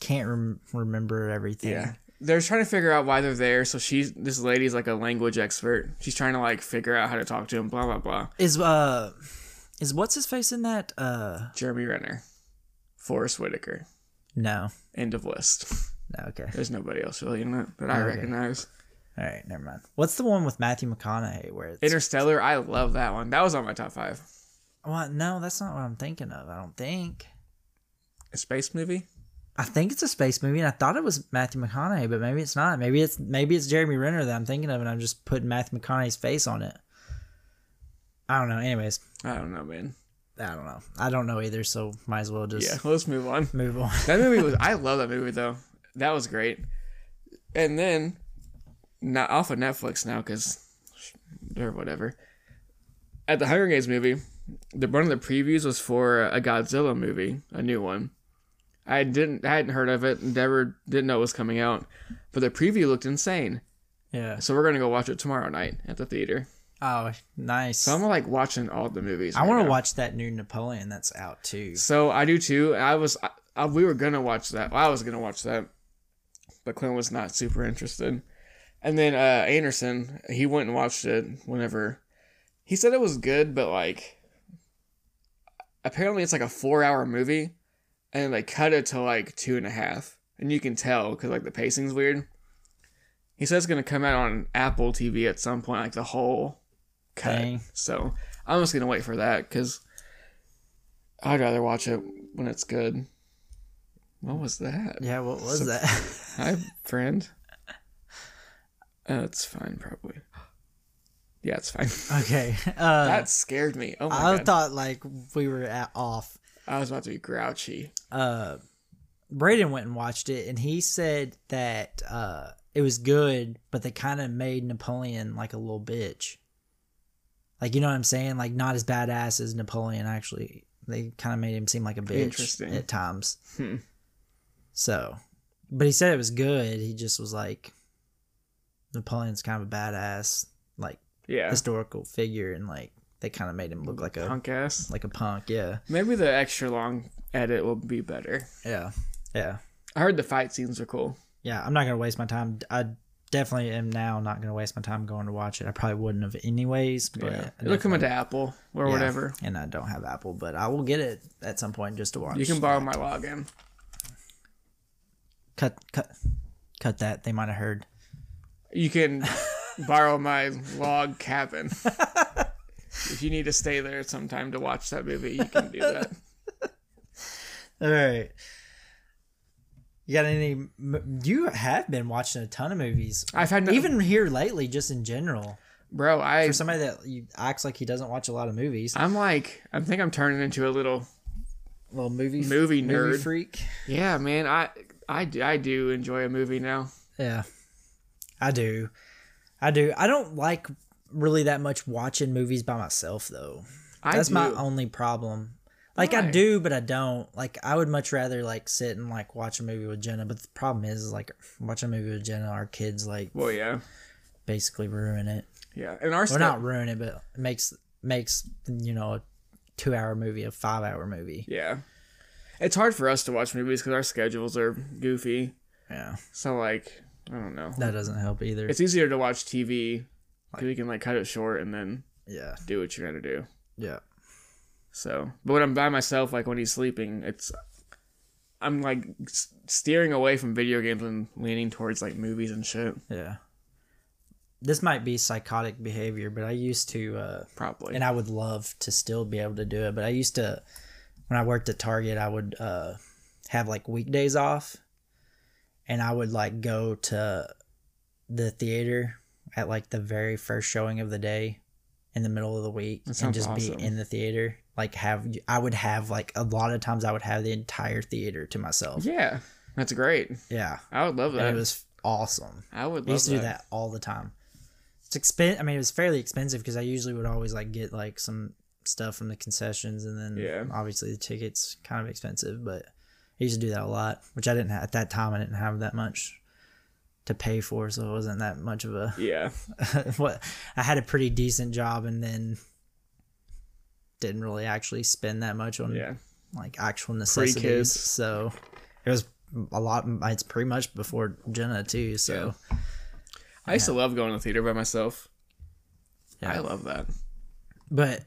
Speaker 1: can't rem- remember everything.
Speaker 2: Yeah. They're trying to figure out why they're there. So she's this lady's like a language expert. She's trying to like figure out how to talk to him. Blah blah blah.
Speaker 1: Is uh, is what's his face in that? Uh,
Speaker 2: Jeremy Renner, Forrest Whitaker.
Speaker 1: no,
Speaker 2: End of list.
Speaker 1: no, okay,
Speaker 2: There's nobody else really in it that I
Speaker 1: Okay.
Speaker 2: recognize.
Speaker 1: all right, never mind. What's the one with Matthew McConaughey where it's?
Speaker 2: Interstellar. I love that one. That was on my top five.
Speaker 1: well, no, that's not what I'm thinking of. I don't think.
Speaker 2: a space movie.
Speaker 1: I think it's a space movie, and I thought it was Matthew McConaughey, but maybe it's not. Maybe it's maybe it's Jeremy Renner that I'm thinking of, and I'm just putting Matthew McConaughey's face on it. I don't know. Anyways,
Speaker 2: I don't know, man.
Speaker 1: I don't know. I don't know either, so might as well just
Speaker 2: Yeah, let's move on.
Speaker 1: move on.
Speaker 2: That movie was. I love that movie though. That was great. And then, not off of Netflix now because, or whatever. At the Hunger Games movie, the one of the previews was for a Godzilla movie, a new one. I didn't, I hadn't heard of it. Never didn't know it was coming out, but the preview looked insane.
Speaker 1: yeah.
Speaker 2: So we're gonna go watch it tomorrow night at the theater.
Speaker 1: Oh, nice.
Speaker 2: So I'm like watching all the movies.
Speaker 1: I
Speaker 2: right
Speaker 1: want
Speaker 2: now.
Speaker 1: to watch that new Napoleon that's out too.
Speaker 2: So I do too. I was I, I, we were gonna watch that. I was gonna watch that, but Clint was not super interested. And then uh, Anderson, he went and watched it whenever. He said it was good, but like, apparently it's like a four-hour movie, and they cut it to like two and a half, and you can tell because like the pacing's weird. He says it's gonna come out on Apple TV at some point, like the whole cut.
Speaker 1: Dang.
Speaker 2: So I'm just gonna wait for that because I'd rather watch it when it's good. What was that?
Speaker 1: Yeah, what was
Speaker 2: So-
Speaker 1: that?
Speaker 2: Hi, friend. Uh, it's fine, probably. Yeah, it's fine.
Speaker 1: okay. Uh,
Speaker 2: that scared me. Oh my
Speaker 1: I
Speaker 2: god,
Speaker 1: thought like we were at off.
Speaker 2: I was about to be grouchy.
Speaker 1: Uh, Braden went and watched it, and he said that uh, it was good, but they kind of made Napoleon like a little bitch. Like you know what I'm saying? Like not as badass as Napoleon actually. They kind of made him seem like a bitch
Speaker 2: Interesting.
Speaker 1: at times.
Speaker 2: Hmm.
Speaker 1: So, but he said it was good. He just was like, Napoleon's kind of a badass, like
Speaker 2: Yeah.
Speaker 1: historical figure, and like they kind of made him look like a
Speaker 2: Punk ass.
Speaker 1: like a punk. Yeah,
Speaker 2: Maybe the extra long edit will be better.
Speaker 1: yeah, yeah,
Speaker 2: I heard the fight scenes are cool.
Speaker 1: yeah. I'm not gonna waste my time. I definitely am now not gonna waste my time going to watch it. I probably wouldn't have anyways, but
Speaker 2: yeah.
Speaker 1: I
Speaker 2: It'll come
Speaker 1: definitely-
Speaker 2: into Apple or
Speaker 1: yeah.
Speaker 2: whatever.
Speaker 1: And I don't have Apple, but I will get it at some point just to watch.
Speaker 2: You can borrow my login.
Speaker 1: cut, cut, cut that. They might have heard.
Speaker 2: You can borrow my log cabin. if you need to stay there sometime to watch that movie, you can do that.
Speaker 1: All right. You got any? m- You have been watching a ton of movies,
Speaker 2: I've had no,
Speaker 1: even here lately, just in general.
Speaker 2: bro. I
Speaker 1: For somebody that you- acts like he doesn't watch a lot of movies,
Speaker 2: I'm like I think I'm turning into a little
Speaker 1: well, movie
Speaker 2: Movie nerd.
Speaker 1: freak.
Speaker 2: yeah man. I I do, I do enjoy a movie now.
Speaker 1: Yeah, I do. I do. I don't like really that much watching movies by myself though.
Speaker 2: I
Speaker 1: That's
Speaker 2: do.
Speaker 1: my only problem. Like I
Speaker 2: Why?
Speaker 1: do, but I don't. Like I would much rather like sit and like watch a movie with Jenna. But the problem is, is like watching a movie with Jenna, our kids like
Speaker 2: well yeah
Speaker 1: basically ruin it.
Speaker 2: yeah and our
Speaker 1: Well,
Speaker 2: step,
Speaker 1: not ruin it, but makes makes you know a two hour movie a five hour movie.
Speaker 2: yeah. It's hard for us to watch movies because our schedules are goofy.
Speaker 1: Yeah,
Speaker 2: So like I don't know.
Speaker 1: that doesn't help either.
Speaker 2: It's easier to watch TV. 'cause we can like cut it short and then
Speaker 1: yeah,
Speaker 2: do what you're gonna do.
Speaker 1: yeah,
Speaker 2: So, but when I'm by myself, like when he's sleeping, it's I'm like s- steering away from video games and leaning towards like movies and shit.
Speaker 1: yeah. This might be psychotic behavior, but I used to. uh
Speaker 2: Probably.
Speaker 1: and I would love to still be able to do it. But I used to, when I worked at Target, I would uh, have like weekdays off, and I would like go to the theater at like the very first showing of the day in the middle of the week
Speaker 2: That
Speaker 1: and
Speaker 2: sounds
Speaker 1: just
Speaker 2: awesome.
Speaker 1: be in the theater. Like have I would have like a lot of times I would have the entire theater to myself. Yeah,
Speaker 2: yeah, that's great. I would love
Speaker 1: and
Speaker 2: that.
Speaker 1: it was awesome.
Speaker 2: I would love
Speaker 1: I used to do that all the time. It's expen- I mean, it was fairly expensive because I usually would always like get like some stuff from the concessions, and then
Speaker 2: Yeah.
Speaker 1: obviously the tickets kind of expensive. But I used to do that a lot, which I didn't ha- at that time. I didn't have that much to pay for, so it wasn't that much of a
Speaker 2: Yeah,
Speaker 1: what. I had a pretty decent job, and then didn't really actually spend that much on
Speaker 2: yeah.
Speaker 1: like actual necessities. So it was a lot. It's pretty much before Jenna too. So
Speaker 2: I used to love going to the theater by myself.
Speaker 1: Yeah.
Speaker 2: I love that.
Speaker 1: but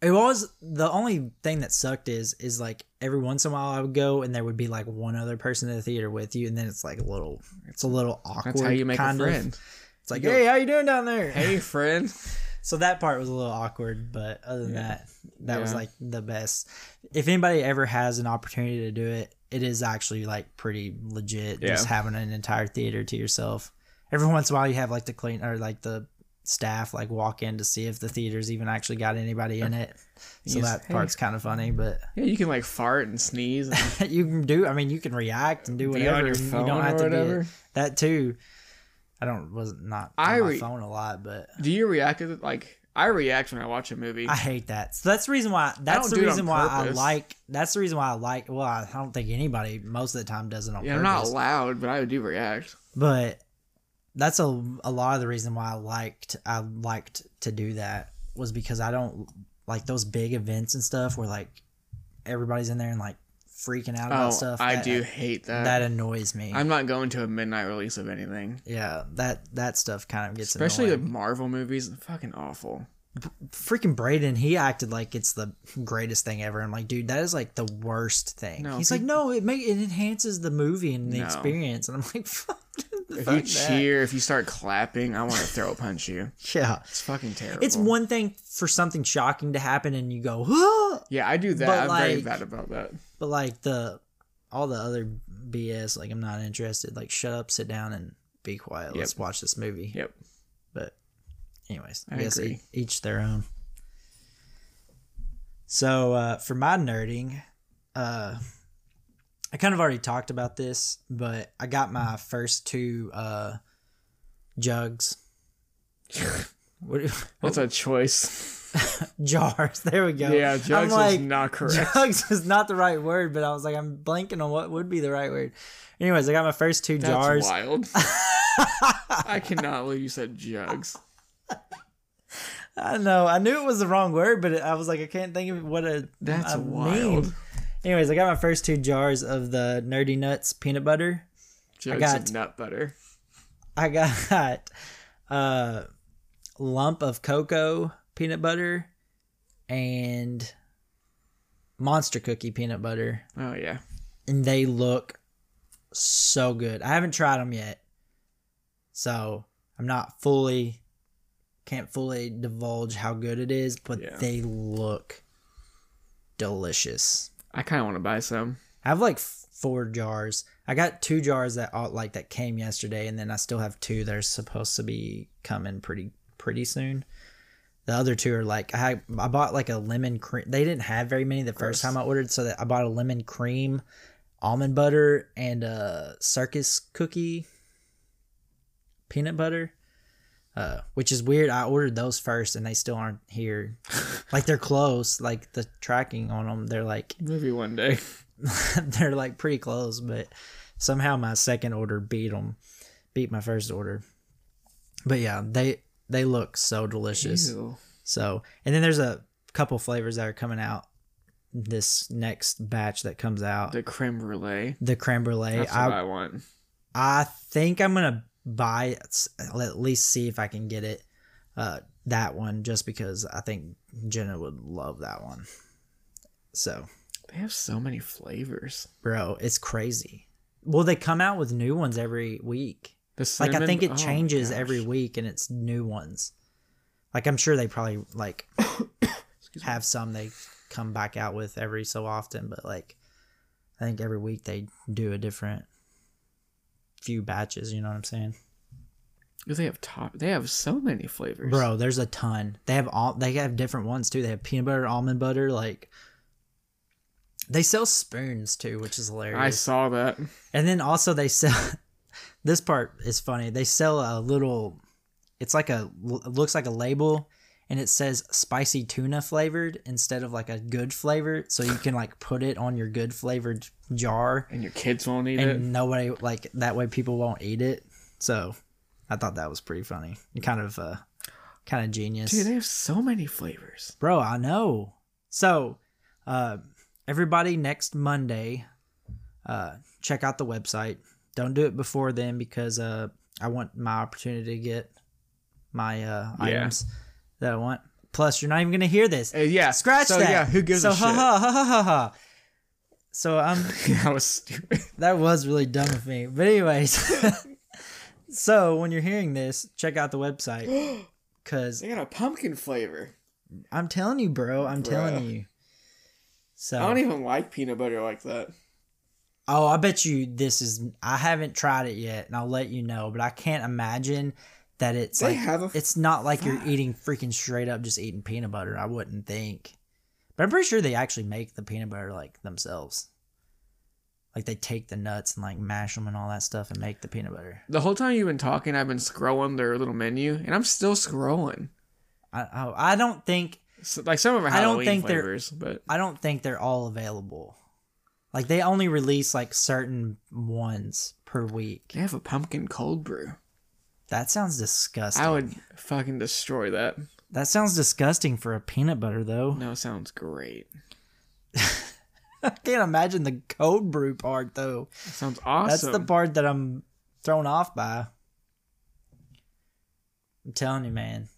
Speaker 1: it was the only thing that sucked is is like every once in a while I would go and there would be like one other person in the theater with you and then it's like a little it's a little awkward.
Speaker 2: That's how you make a
Speaker 1: kind of.
Speaker 2: friend.
Speaker 1: It's like hey, how you doing down there?
Speaker 2: Hey, friend.
Speaker 1: So that part was a little awkward, but other than that, that was
Speaker 2: Yeah.
Speaker 1: like the best. If anybody ever has an opportunity to do it, it is actually like pretty legit. Just
Speaker 2: Yeah.
Speaker 1: having an entire theater to yourself. Every once in a while, you have like the clean or like the staff like walk in to see if the theater's even actually got anybody in it. So
Speaker 2: Yes.
Speaker 1: that part's kind of funny, but
Speaker 2: Yeah, you can like fart and sneeze and
Speaker 1: you can do. I mean, you can react and do
Speaker 2: be on
Speaker 1: whatever.
Speaker 2: your
Speaker 1: and
Speaker 2: phone
Speaker 1: you don't
Speaker 2: or
Speaker 1: have to
Speaker 2: whatever.
Speaker 1: be that too. I don't was not on
Speaker 2: I
Speaker 1: my
Speaker 2: re-
Speaker 1: phone a lot, but
Speaker 2: Do you react to it? Like I react when I watch a movie.
Speaker 1: I hate that. So that's the reason why. That's
Speaker 2: don't
Speaker 1: the
Speaker 2: do it on
Speaker 1: reason why I
Speaker 2: purpose.
Speaker 1: like. That's the reason why I like. Well, I don't think anybody most of the time does it on
Speaker 2: yeah, I'm not
Speaker 1: purpose.
Speaker 2: loud, but I do react.
Speaker 1: but that's a a lot of the reason why I liked. I liked to do that was because I don't like those big events and stuff where like everybody's in there and like freaking out about
Speaker 2: Oh,
Speaker 1: stuff.
Speaker 2: I
Speaker 1: That-
Speaker 2: do hate that.
Speaker 1: That annoys me.
Speaker 2: I'm not going to a midnight release of anything,
Speaker 1: yeah, that that stuff kind of gets
Speaker 2: especially
Speaker 1: annoying.
Speaker 2: the Marvel movies. Fucking awful.
Speaker 1: freaking Braden, he acted like it's the greatest thing ever. I'm like, dude, that is like the worst thing.
Speaker 2: No,
Speaker 1: He's
Speaker 2: peop-
Speaker 1: like, no, it make it enhances the movie and the
Speaker 2: No.
Speaker 1: experience. And I'm like, fuck,
Speaker 2: If
Speaker 1: fuck
Speaker 2: you
Speaker 1: that.
Speaker 2: cheer, if you start clapping, I want to throw a punch you.
Speaker 1: yeah.
Speaker 2: It's fucking terrible.
Speaker 1: It's one thing for something shocking to happen and you go, huh?
Speaker 2: Yeah, I do that.
Speaker 1: but,
Speaker 2: I'm very
Speaker 1: like-
Speaker 2: bad about that.
Speaker 1: but like the all the other BS, like I'm not interested. Like shut up, sit down, and be quiet. Let's watch this movie.
Speaker 2: Yep.
Speaker 1: But, anyways, I,
Speaker 2: I
Speaker 1: guess
Speaker 2: agree.
Speaker 1: e- each their own. So uh, for my nerding, uh, I kind of already talked about this, but I got my first two uh, jugs. what,
Speaker 2: That's a choice.
Speaker 1: jars. There we go.
Speaker 2: Yeah,
Speaker 1: I'm
Speaker 2: jugs
Speaker 1: like,
Speaker 2: is not correct.
Speaker 1: Jugs is not the right word, but I was like, I'm blanking on what would be the right word. Anyways, I got my first two
Speaker 2: That's
Speaker 1: jars.
Speaker 2: wild. I cannot believe you said jugs.
Speaker 1: I know. I knew it was the wrong word, but I was like, I can't think of what a
Speaker 2: That's
Speaker 1: I mean.
Speaker 2: wild.
Speaker 1: Anyways, I got my first two jars of the Nerdy Nuts peanut butter.
Speaker 2: Jugs
Speaker 1: got-
Speaker 2: of nut butter.
Speaker 1: I got a lump of cocoa peanut butter and monster cookie peanut butter,
Speaker 2: Oh yeah.
Speaker 1: and they look so good. I haven't tried them yet, so I'm not fully can't fully divulge how good it is, but
Speaker 2: Yeah.
Speaker 1: they look delicious.
Speaker 2: I kind of want to buy some.
Speaker 1: I have like f- four jars. I got two jars that all, like that came yesterday, and then I still have two that are supposed to be coming pretty pretty soon. The other two are like I had- I bought like a lemon cream. They didn't have very many the first
Speaker 2: Gross.
Speaker 1: time I ordered, so that I bought a lemon cream, almond butter, and a circus cookie, peanut butter. Uh, which is weird. I ordered those first, and they still aren't here. like they're close. Like the tracking on them, they're like
Speaker 2: Maybe one day.
Speaker 1: they're like pretty close, but somehow my second order beat them, beat my first order. But yeah, they they look so delicious.
Speaker 2: Ew.
Speaker 1: So, and then there's a couple flavors that are coming out this next batch that comes out.
Speaker 2: The creme brulee.
Speaker 1: The creme brulee,
Speaker 2: That's what
Speaker 1: I
Speaker 2: I want.
Speaker 1: I think I'm gonna buy it, at least see if I can get it. Uh, that one just because I think Jenna would love that one. So
Speaker 2: They have so many flavors.
Speaker 1: bro it's crazy well they come out with new ones every week
Speaker 2: The
Speaker 1: like i
Speaker 2: cinnamon-
Speaker 1: think
Speaker 2: oh,
Speaker 1: it changes
Speaker 2: gosh.
Speaker 1: every week and it's new ones like i'm sure they probably like have some they come back out with every so often but like i think every week they do a different few batches you know what i'm saying
Speaker 2: They have top. They have so many flavors,
Speaker 1: bro there's a ton they have all they have different ones too they have peanut butter almond butter like they sell spoons too which is hilarious
Speaker 2: I saw that.
Speaker 1: And then also they sell. this part is funny. They sell a little. It's like a it looks like a label, and it says spicy tuna flavored instead of like a good flavor. So you can like put it on your good flavored jar,
Speaker 2: And your kids won't eat
Speaker 1: and
Speaker 2: it.
Speaker 1: nobody like that way people won't eat it. So I thought that was pretty funny and kind of uh, kind of genius
Speaker 2: Dude, they have so many flavors.
Speaker 1: bro i know so uh everybody next monday uh check out the website don't do it before then because uh i want my opportunity to get my uh
Speaker 2: Yeah.
Speaker 1: items that i want plus you're not even gonna hear this
Speaker 2: Uh, yeah,
Speaker 1: scratch
Speaker 2: so,
Speaker 1: that
Speaker 2: Yeah, who gives
Speaker 1: so
Speaker 2: a
Speaker 1: ha, ha ha ha ha ha so i'm
Speaker 2: shit? that was stupid.
Speaker 1: that was really dumb of me. But anyways, so when you're hearing this, check out the website because
Speaker 2: They got a pumpkin flavor.
Speaker 1: I'm telling you, bro. I'm telling
Speaker 2: Bruh.
Speaker 1: you. So
Speaker 2: I don't even like peanut butter like that.
Speaker 1: oh, I bet you this is. I haven't tried it yet, and I'll let you know. But I can't imagine that it's
Speaker 2: They
Speaker 1: like
Speaker 2: have a.
Speaker 1: it's not like you're
Speaker 2: Fuck.
Speaker 1: eating freaking straight up just eating peanut butter. I wouldn't think, but I'm pretty sure they actually make the peanut butter like themselves. Like they take the nuts and like mash them and all that stuff and make the peanut butter.
Speaker 2: the whole time you've been talking, I've been scrolling their little menu, and I'm still scrolling.
Speaker 1: I oh, I don't think
Speaker 2: So, like some of them
Speaker 1: I
Speaker 2: have
Speaker 1: don't
Speaker 2: Halloween
Speaker 1: think they're-
Speaker 2: flavors, but
Speaker 1: I don't think they're all available. Like they only release like certain ones per week.
Speaker 2: they have a pumpkin cold brew.
Speaker 1: That sounds disgusting.
Speaker 2: I would fucking destroy that.
Speaker 1: that sounds disgusting for a peanut butter though.
Speaker 2: No, it sounds great.
Speaker 1: I can't imagine the cold brew part though.
Speaker 2: It sounds
Speaker 1: That's
Speaker 2: awesome.
Speaker 1: the part that I'm thrown off by. I'm telling you, man.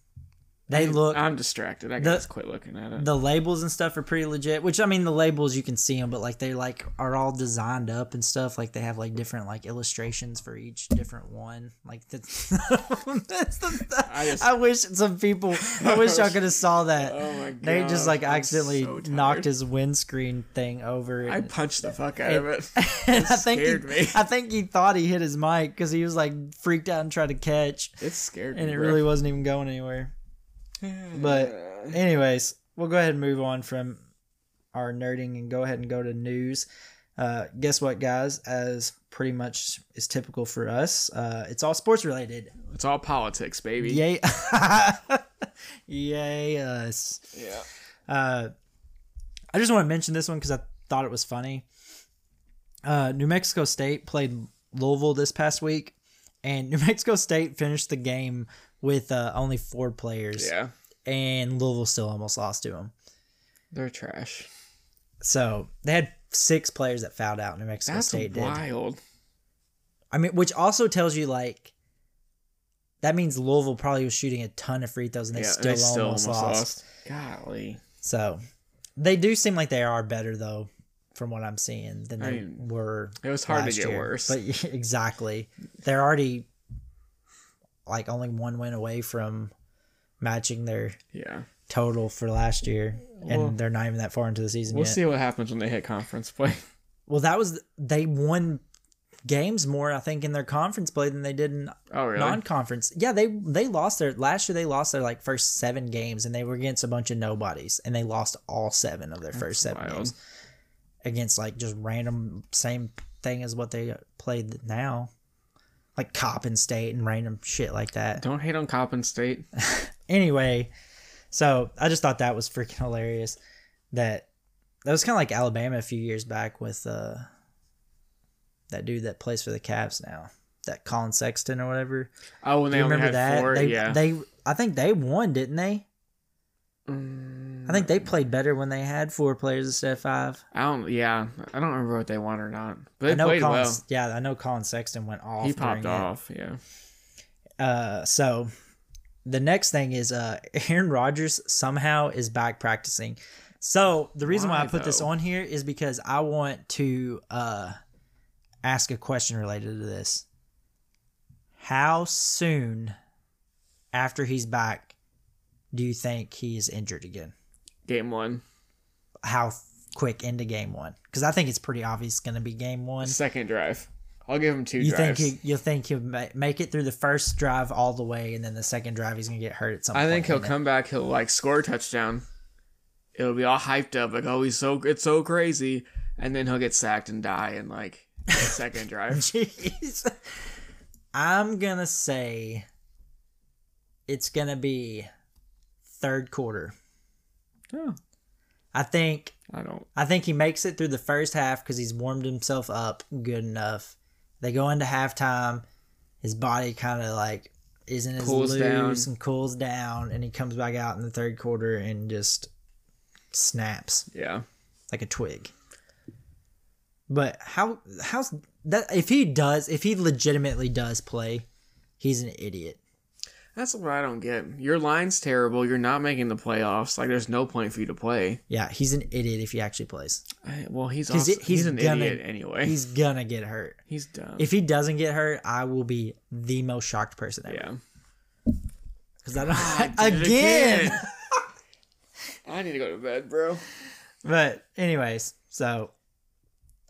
Speaker 1: They look
Speaker 2: I'm distracted. I can
Speaker 1: The-
Speaker 2: just quit looking at it.
Speaker 1: the labels and stuff are pretty legit which i mean the labels you can see them but like they like are all designed up and stuff like they have like different like illustrations for each different one like that's, that's the, I,
Speaker 2: I just-
Speaker 1: wish some people i wish y'all could have saw that
Speaker 2: Oh my god.
Speaker 1: they just like
Speaker 2: I'm
Speaker 1: accidentally
Speaker 2: so tired.
Speaker 1: knocked his windscreen thing over
Speaker 2: I
Speaker 1: and,
Speaker 2: punched the fuck out of it.
Speaker 1: and i think
Speaker 2: scared
Speaker 1: he,
Speaker 2: me.
Speaker 1: i think he thought he hit his mic because he was like freaked out and tried to catch
Speaker 2: It scared me.
Speaker 1: and it
Speaker 2: bro.
Speaker 1: really wasn't even going anywhere but anyways, we'll go ahead and move on from our nerding and go ahead and go to news. Uh, guess what, guys? As pretty much is typical for us, uh, it's all sports related.
Speaker 2: It's all politics, baby.
Speaker 1: Yay. Yay, us.
Speaker 2: Yeah.
Speaker 1: Uh, I just want to mention this one because I thought it was funny. Uh, New Mexico State played Louisville this past week, and New Mexico State finished the game with uh, only four players,
Speaker 2: Yeah.
Speaker 1: and Louisville still almost lost to them.
Speaker 2: They're trash.
Speaker 1: So they had six players that fouled out. New Mexico
Speaker 2: That's
Speaker 1: State did.
Speaker 2: wild.
Speaker 1: I mean, which also tells you like that means Louisville probably was shooting a ton of free throws and they
Speaker 2: yeah,
Speaker 1: still
Speaker 2: they still
Speaker 1: almost,
Speaker 2: almost
Speaker 1: lost.
Speaker 2: lost. Golly.
Speaker 1: So they do seem like they are better though, from what I'm seeing than they
Speaker 2: I mean,
Speaker 1: were.
Speaker 2: It was hard to
Speaker 1: last
Speaker 2: get
Speaker 1: year.
Speaker 2: worse.
Speaker 1: But yeah, exactly, they're already like only one win away from matching their
Speaker 2: yeah.
Speaker 1: total for last year, and
Speaker 2: Well-
Speaker 1: they're not even that far into the season
Speaker 2: We'll
Speaker 1: yet.
Speaker 2: see what happens when they hit conference play.
Speaker 1: Well, that was they won games more, I think, in their conference play than they did in
Speaker 2: Oh, really?
Speaker 1: non-conference. Yeah, they they lost their last year. They lost their like first seven games, and they were against a bunch of nobodies, and they lost all seven of their first seven
Speaker 2: wild.
Speaker 1: games against like just random same thing as what they played now, like Coppin State and random shit like that.
Speaker 2: Don't hate on Coppin State.
Speaker 1: Anyway, so I just thought that was freaking hilarious. That that was kind of like Alabama a few years back with uh that dude that plays for the Cavs now, that Colin Sexton or whatever.
Speaker 2: Oh,
Speaker 1: Do
Speaker 2: when they
Speaker 1: you
Speaker 2: only
Speaker 1: remember
Speaker 2: had
Speaker 1: that?
Speaker 2: four.
Speaker 1: they,
Speaker 2: yeah.
Speaker 1: they, I think they won, didn't they?
Speaker 2: Mm,
Speaker 1: I think they played better when they had four players instead of five.
Speaker 2: I don't. Yeah, I don't remember what they won or not. But
Speaker 1: I
Speaker 2: they
Speaker 1: know
Speaker 2: played
Speaker 1: Colin,
Speaker 2: well.
Speaker 1: Yeah, I know Colin Sexton went off.
Speaker 2: He popped
Speaker 1: during
Speaker 2: off. Yeah.
Speaker 1: It. Uh, so the next thing is uh, Aaron Rodgers somehow is back practicing. So the reason why,
Speaker 2: Why,
Speaker 1: I put this
Speaker 2: though?
Speaker 1: on here is because I want to uh, ask a question related to this. How soon after he's back do you think he is injured again?
Speaker 2: Game one,
Speaker 1: how f- quick into game one because I think it's pretty obvious going to be game one.
Speaker 2: second drive. I'll give him two
Speaker 1: You think he,
Speaker 2: drives.
Speaker 1: you think he'll ma- make it through the first drive all the way, and then the second drive he's going to get hurt at some
Speaker 2: I
Speaker 1: point.
Speaker 2: think he'll
Speaker 1: and then-
Speaker 2: come back. He'll like score a touchdown. It'll be all hyped up, like oh, he's so it's so crazy, and then he'll get sacked and die in like the second drive.
Speaker 1: Jeez, I'm gonna say it's gonna be third quarter.
Speaker 2: Oh,
Speaker 1: I think
Speaker 2: I don't.
Speaker 1: I think he makes it through the first half because he's warmed himself up good enough. They go into halftime. His body kind of like isn't as
Speaker 2: Cools
Speaker 1: loose
Speaker 2: down.
Speaker 1: and cools down, and he comes back out in the third quarter and just snaps
Speaker 2: Yeah,
Speaker 1: like a twig. But how how's that? If he does, if he legitimately does play, he's an idiot.
Speaker 2: that's what I don't get. Your line's terrible. You're not making the playoffs. Like there's no point for you to play.
Speaker 1: Yeah, he's an idiot if he actually plays.
Speaker 2: I, well, he's
Speaker 1: He's-
Speaker 2: also, he's,
Speaker 1: he's
Speaker 2: an
Speaker 1: gonna-
Speaker 2: idiot anyway. He's,
Speaker 1: He's gonna get hurt.
Speaker 2: dumb.
Speaker 1: If he doesn't get hurt, I will be the most shocked person ever.
Speaker 2: yeah.
Speaker 1: Because I don't
Speaker 2: I did it
Speaker 1: again.
Speaker 2: again. I need to go to bed, bro.
Speaker 1: But anyways, so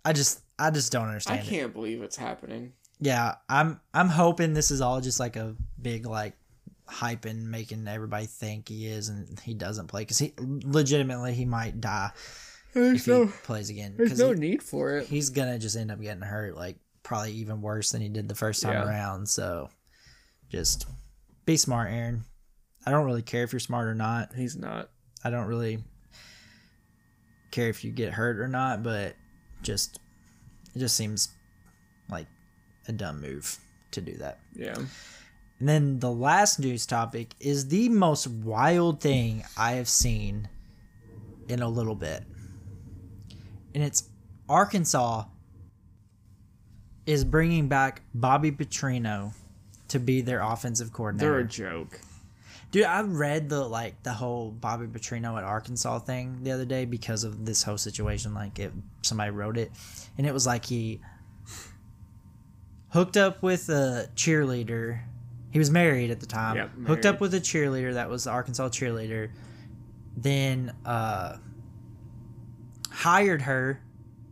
Speaker 1: I just I just don't
Speaker 2: I
Speaker 1: understand. it.
Speaker 2: can't believe it's happening.
Speaker 1: Yeah, I'm I'm hoping this is all just like a big like hyping, making everybody think he is and he doesn't play because he legitimately he might die if
Speaker 2: There's
Speaker 1: he
Speaker 2: no,
Speaker 1: plays again
Speaker 2: there's
Speaker 1: because
Speaker 2: no need for it.
Speaker 1: he's gonna just end up getting hurt like probably even worse than he did the first time
Speaker 2: Yeah.
Speaker 1: around. So just be smart, Aaron. I don't really care if you're smart or not.
Speaker 2: He's not.
Speaker 1: I don't really care if you get hurt or not, but just it just seems like a dumb move to do that.
Speaker 2: Yeah.
Speaker 1: And then the last news topic is the most wild thing I have seen in a little bit. And it's Arkansas is bringing back Bobby Petrino to be their offensive coordinator.
Speaker 2: They're a joke.
Speaker 1: Dude, I read the like the whole Bobby Petrino at Arkansas thing the other day because of this whole situation. Like, it somebody wrote it, and it was like he hooked up with a cheerleader. He was married at the time.
Speaker 2: Yep,
Speaker 1: hooked
Speaker 2: married.
Speaker 1: up with a cheerleader that was the Arkansas cheerleader. Then uh, hired her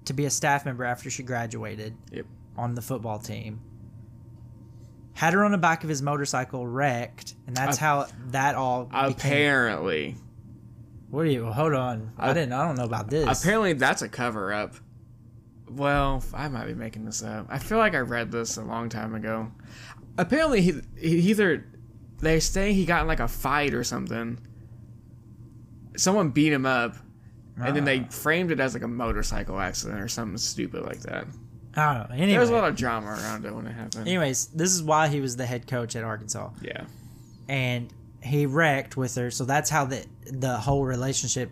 Speaker 1: to be a staff member after she graduated
Speaker 2: Yep.
Speaker 1: on the football team. Had her on the back of his motorcycle, wrecked, and that's
Speaker 2: Ap-
Speaker 1: how that all. Became,
Speaker 2: Apparently.
Speaker 1: what are you? Hold on, I
Speaker 2: Ap-
Speaker 1: didn't. I don't know about this.
Speaker 2: Apparently that's a cover up. Well, I might be making this up. I feel like I read this a long time ago. Apparently, he, he either they say he got in like a fight or something. Someone beat him up, and then
Speaker 1: Ah.
Speaker 2: they framed it as like a motorcycle accident or something stupid like that.
Speaker 1: I don't know.
Speaker 2: There was a
Speaker 1: Anyway,
Speaker 2: lot of drama around it when it happened.
Speaker 1: anyways, this is why he was the head coach at Arkansas,
Speaker 2: Yeah,
Speaker 1: and he wrecked with her. So that's how the the whole relationship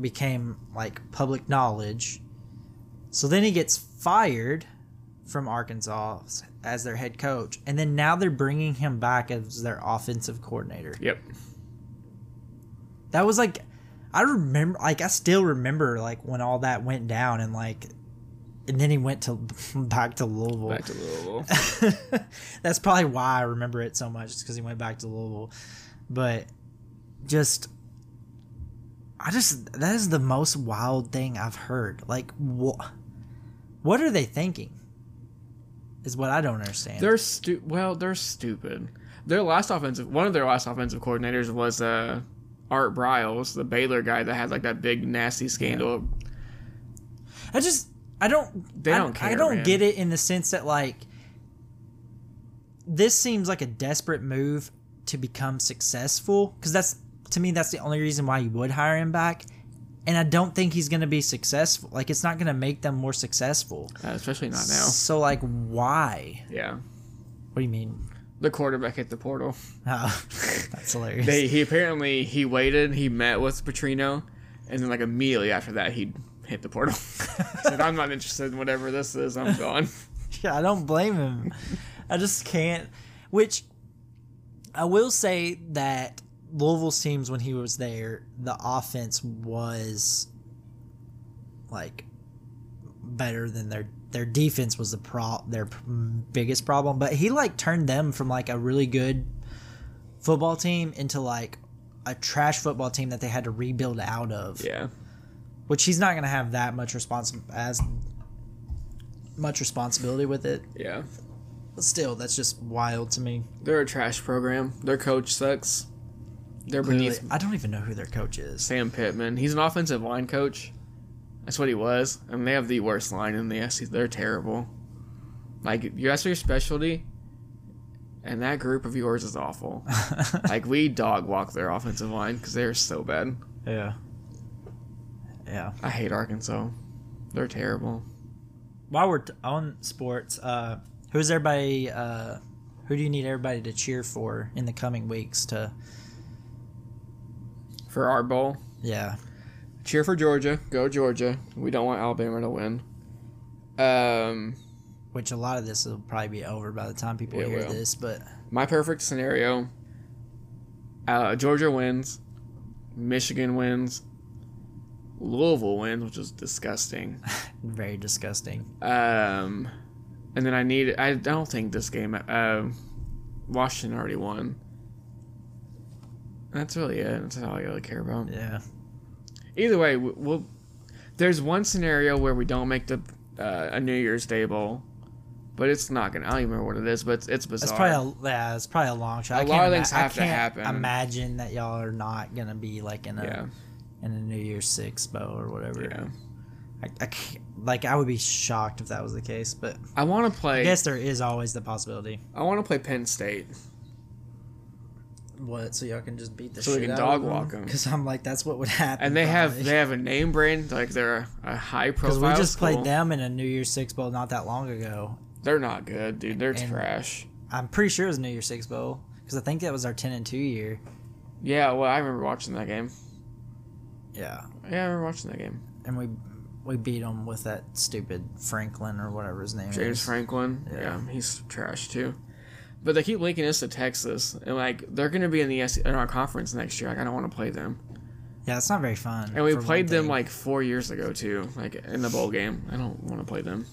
Speaker 1: became like public knowledge. So then he gets fired from Arkansas as their head coach, and then now they're bringing him back as their offensive coordinator.
Speaker 2: yep.
Speaker 1: That was like, I remember, like, I still remember, like, when all that went down and, like, and then he went to back to Louisville.
Speaker 2: Back to Louisville.
Speaker 1: That's probably why I remember it so much, because he went back to Louisville. But just, I just, that is the most wild thing I've heard. Like, what, what are they thinking? Is what I don't understand.
Speaker 2: They're stu- well, they're stupid. Their last offensive one of their last offensive coordinators was uh Art Briles, the Baylor guy that had like that big nasty scandal.
Speaker 1: I just I don't
Speaker 2: They
Speaker 1: I,
Speaker 2: don't care,
Speaker 1: I don't
Speaker 2: man.
Speaker 1: get it in the sense that like this seems like a desperate move to become successful because that's to me that's the only reason why you would hire him back and I don't think he's going to be successful like it's not going to make them more successful.
Speaker 2: Uh, especially not now.
Speaker 1: So like why?
Speaker 2: Yeah.
Speaker 1: What do you mean?
Speaker 2: The quarterback hit the portal.
Speaker 1: Oh, that's hilarious.
Speaker 2: They he apparently he waited, he met with Petrino, and then like immediately after that he hit the portal. He said, I'm not interested in whatever this is, I'm gone.
Speaker 1: Yeah, I don't blame him. I just can't. Which I will say that Louisville's teams, when he was there, the offense was like better than their their defense was the pro their p- biggest problem. But he like turned them from like a really good football team into like a trash football team that they had to rebuild out of
Speaker 2: Yeah.
Speaker 1: which he's not going to have that much respons as much responsibility with it.
Speaker 2: Yeah.
Speaker 1: But still, that's just wild to me.
Speaker 2: They're a trash program. Their coach sucks. They're beneath
Speaker 1: Really, I don't even know who their coach is.
Speaker 2: Sam Pittman. He's an offensive line coach. That's what he was. And they have the worst line in the SEC. They're terrible. Like you that's your specialty, and that group of yours is awful. like we dog walk their offensive line because they're so bad.
Speaker 1: Yeah. Yeah.
Speaker 2: I hate Arkansas. They're terrible.
Speaker 1: While we're t- on sports, uh, who's everybody? Uh, who do you need everybody to cheer for in the coming weeks? To
Speaker 2: For our bowl,
Speaker 1: yeah,
Speaker 2: cheer for Georgia. Go Georgia. We don't want Alabama to win. Um,
Speaker 1: which a lot of this will probably be over by the time people
Speaker 2: It
Speaker 1: hear
Speaker 2: will.
Speaker 1: this. But
Speaker 2: my perfect scenario uh, Georgia wins, Michigan wins, Louisville wins, which is disgusting.
Speaker 1: very disgusting.
Speaker 2: Um, and then I need, I don't think this game, uh, Washington already won. That's really it. That's all I really care about.
Speaker 1: Yeah.
Speaker 2: Either way, we- we'll, there's one scenario where we don't make the uh, a New Year's Day bowl, but it's not gonna. I don't even remember what it is, but it's, it's bizarre.
Speaker 1: It's probably a, yeah, it's probably a long shot.
Speaker 2: A
Speaker 1: I can't
Speaker 2: lot of things
Speaker 1: ima- I
Speaker 2: have to
Speaker 1: can't
Speaker 2: happen.
Speaker 1: Imagine that y'all are not gonna be like in a
Speaker 2: Yeah.
Speaker 1: in a New Year's Six bow or whatever.
Speaker 2: yeah.
Speaker 1: I, I can't- like I would be shocked if that was the case, but
Speaker 2: I want to play.
Speaker 1: I guess there is always the possibility.
Speaker 2: I want to play Penn State.
Speaker 1: What? So y'all can just beat the
Speaker 2: So we
Speaker 1: shit
Speaker 2: can
Speaker 1: out
Speaker 2: dog
Speaker 1: of them?
Speaker 2: walk 'em.
Speaker 1: Because I'm like, that's what would happen.
Speaker 2: and they have
Speaker 1: probably.
Speaker 2: they have a name brand like they're a high
Speaker 1: Because
Speaker 2: profile.
Speaker 1: we just
Speaker 2: school.
Speaker 1: played them in a New Year's Six Bowl not that long ago.
Speaker 2: They're not good, dude. They're
Speaker 1: And-
Speaker 2: trash.
Speaker 1: I'm pretty sure it was New Year's Six Bowl because I think that was our ten and two year.
Speaker 2: Yeah, well, I remember watching that game.
Speaker 1: Yeah,
Speaker 2: Yeah, I remember watching that game.
Speaker 1: and we we beat them with that stupid Franklin or whatever his name
Speaker 2: James
Speaker 1: is.
Speaker 2: Franklin. Yeah. he's trash too. But they keep linking us to Texas, and like they're gonna be in the SC in our conference next year. Like I don't want to play them.
Speaker 1: Yeah, it's not very fun.
Speaker 2: And we
Speaker 1: for one
Speaker 2: played them
Speaker 1: thing.
Speaker 2: like four years ago too, like in the bowl game. I don't want to play them.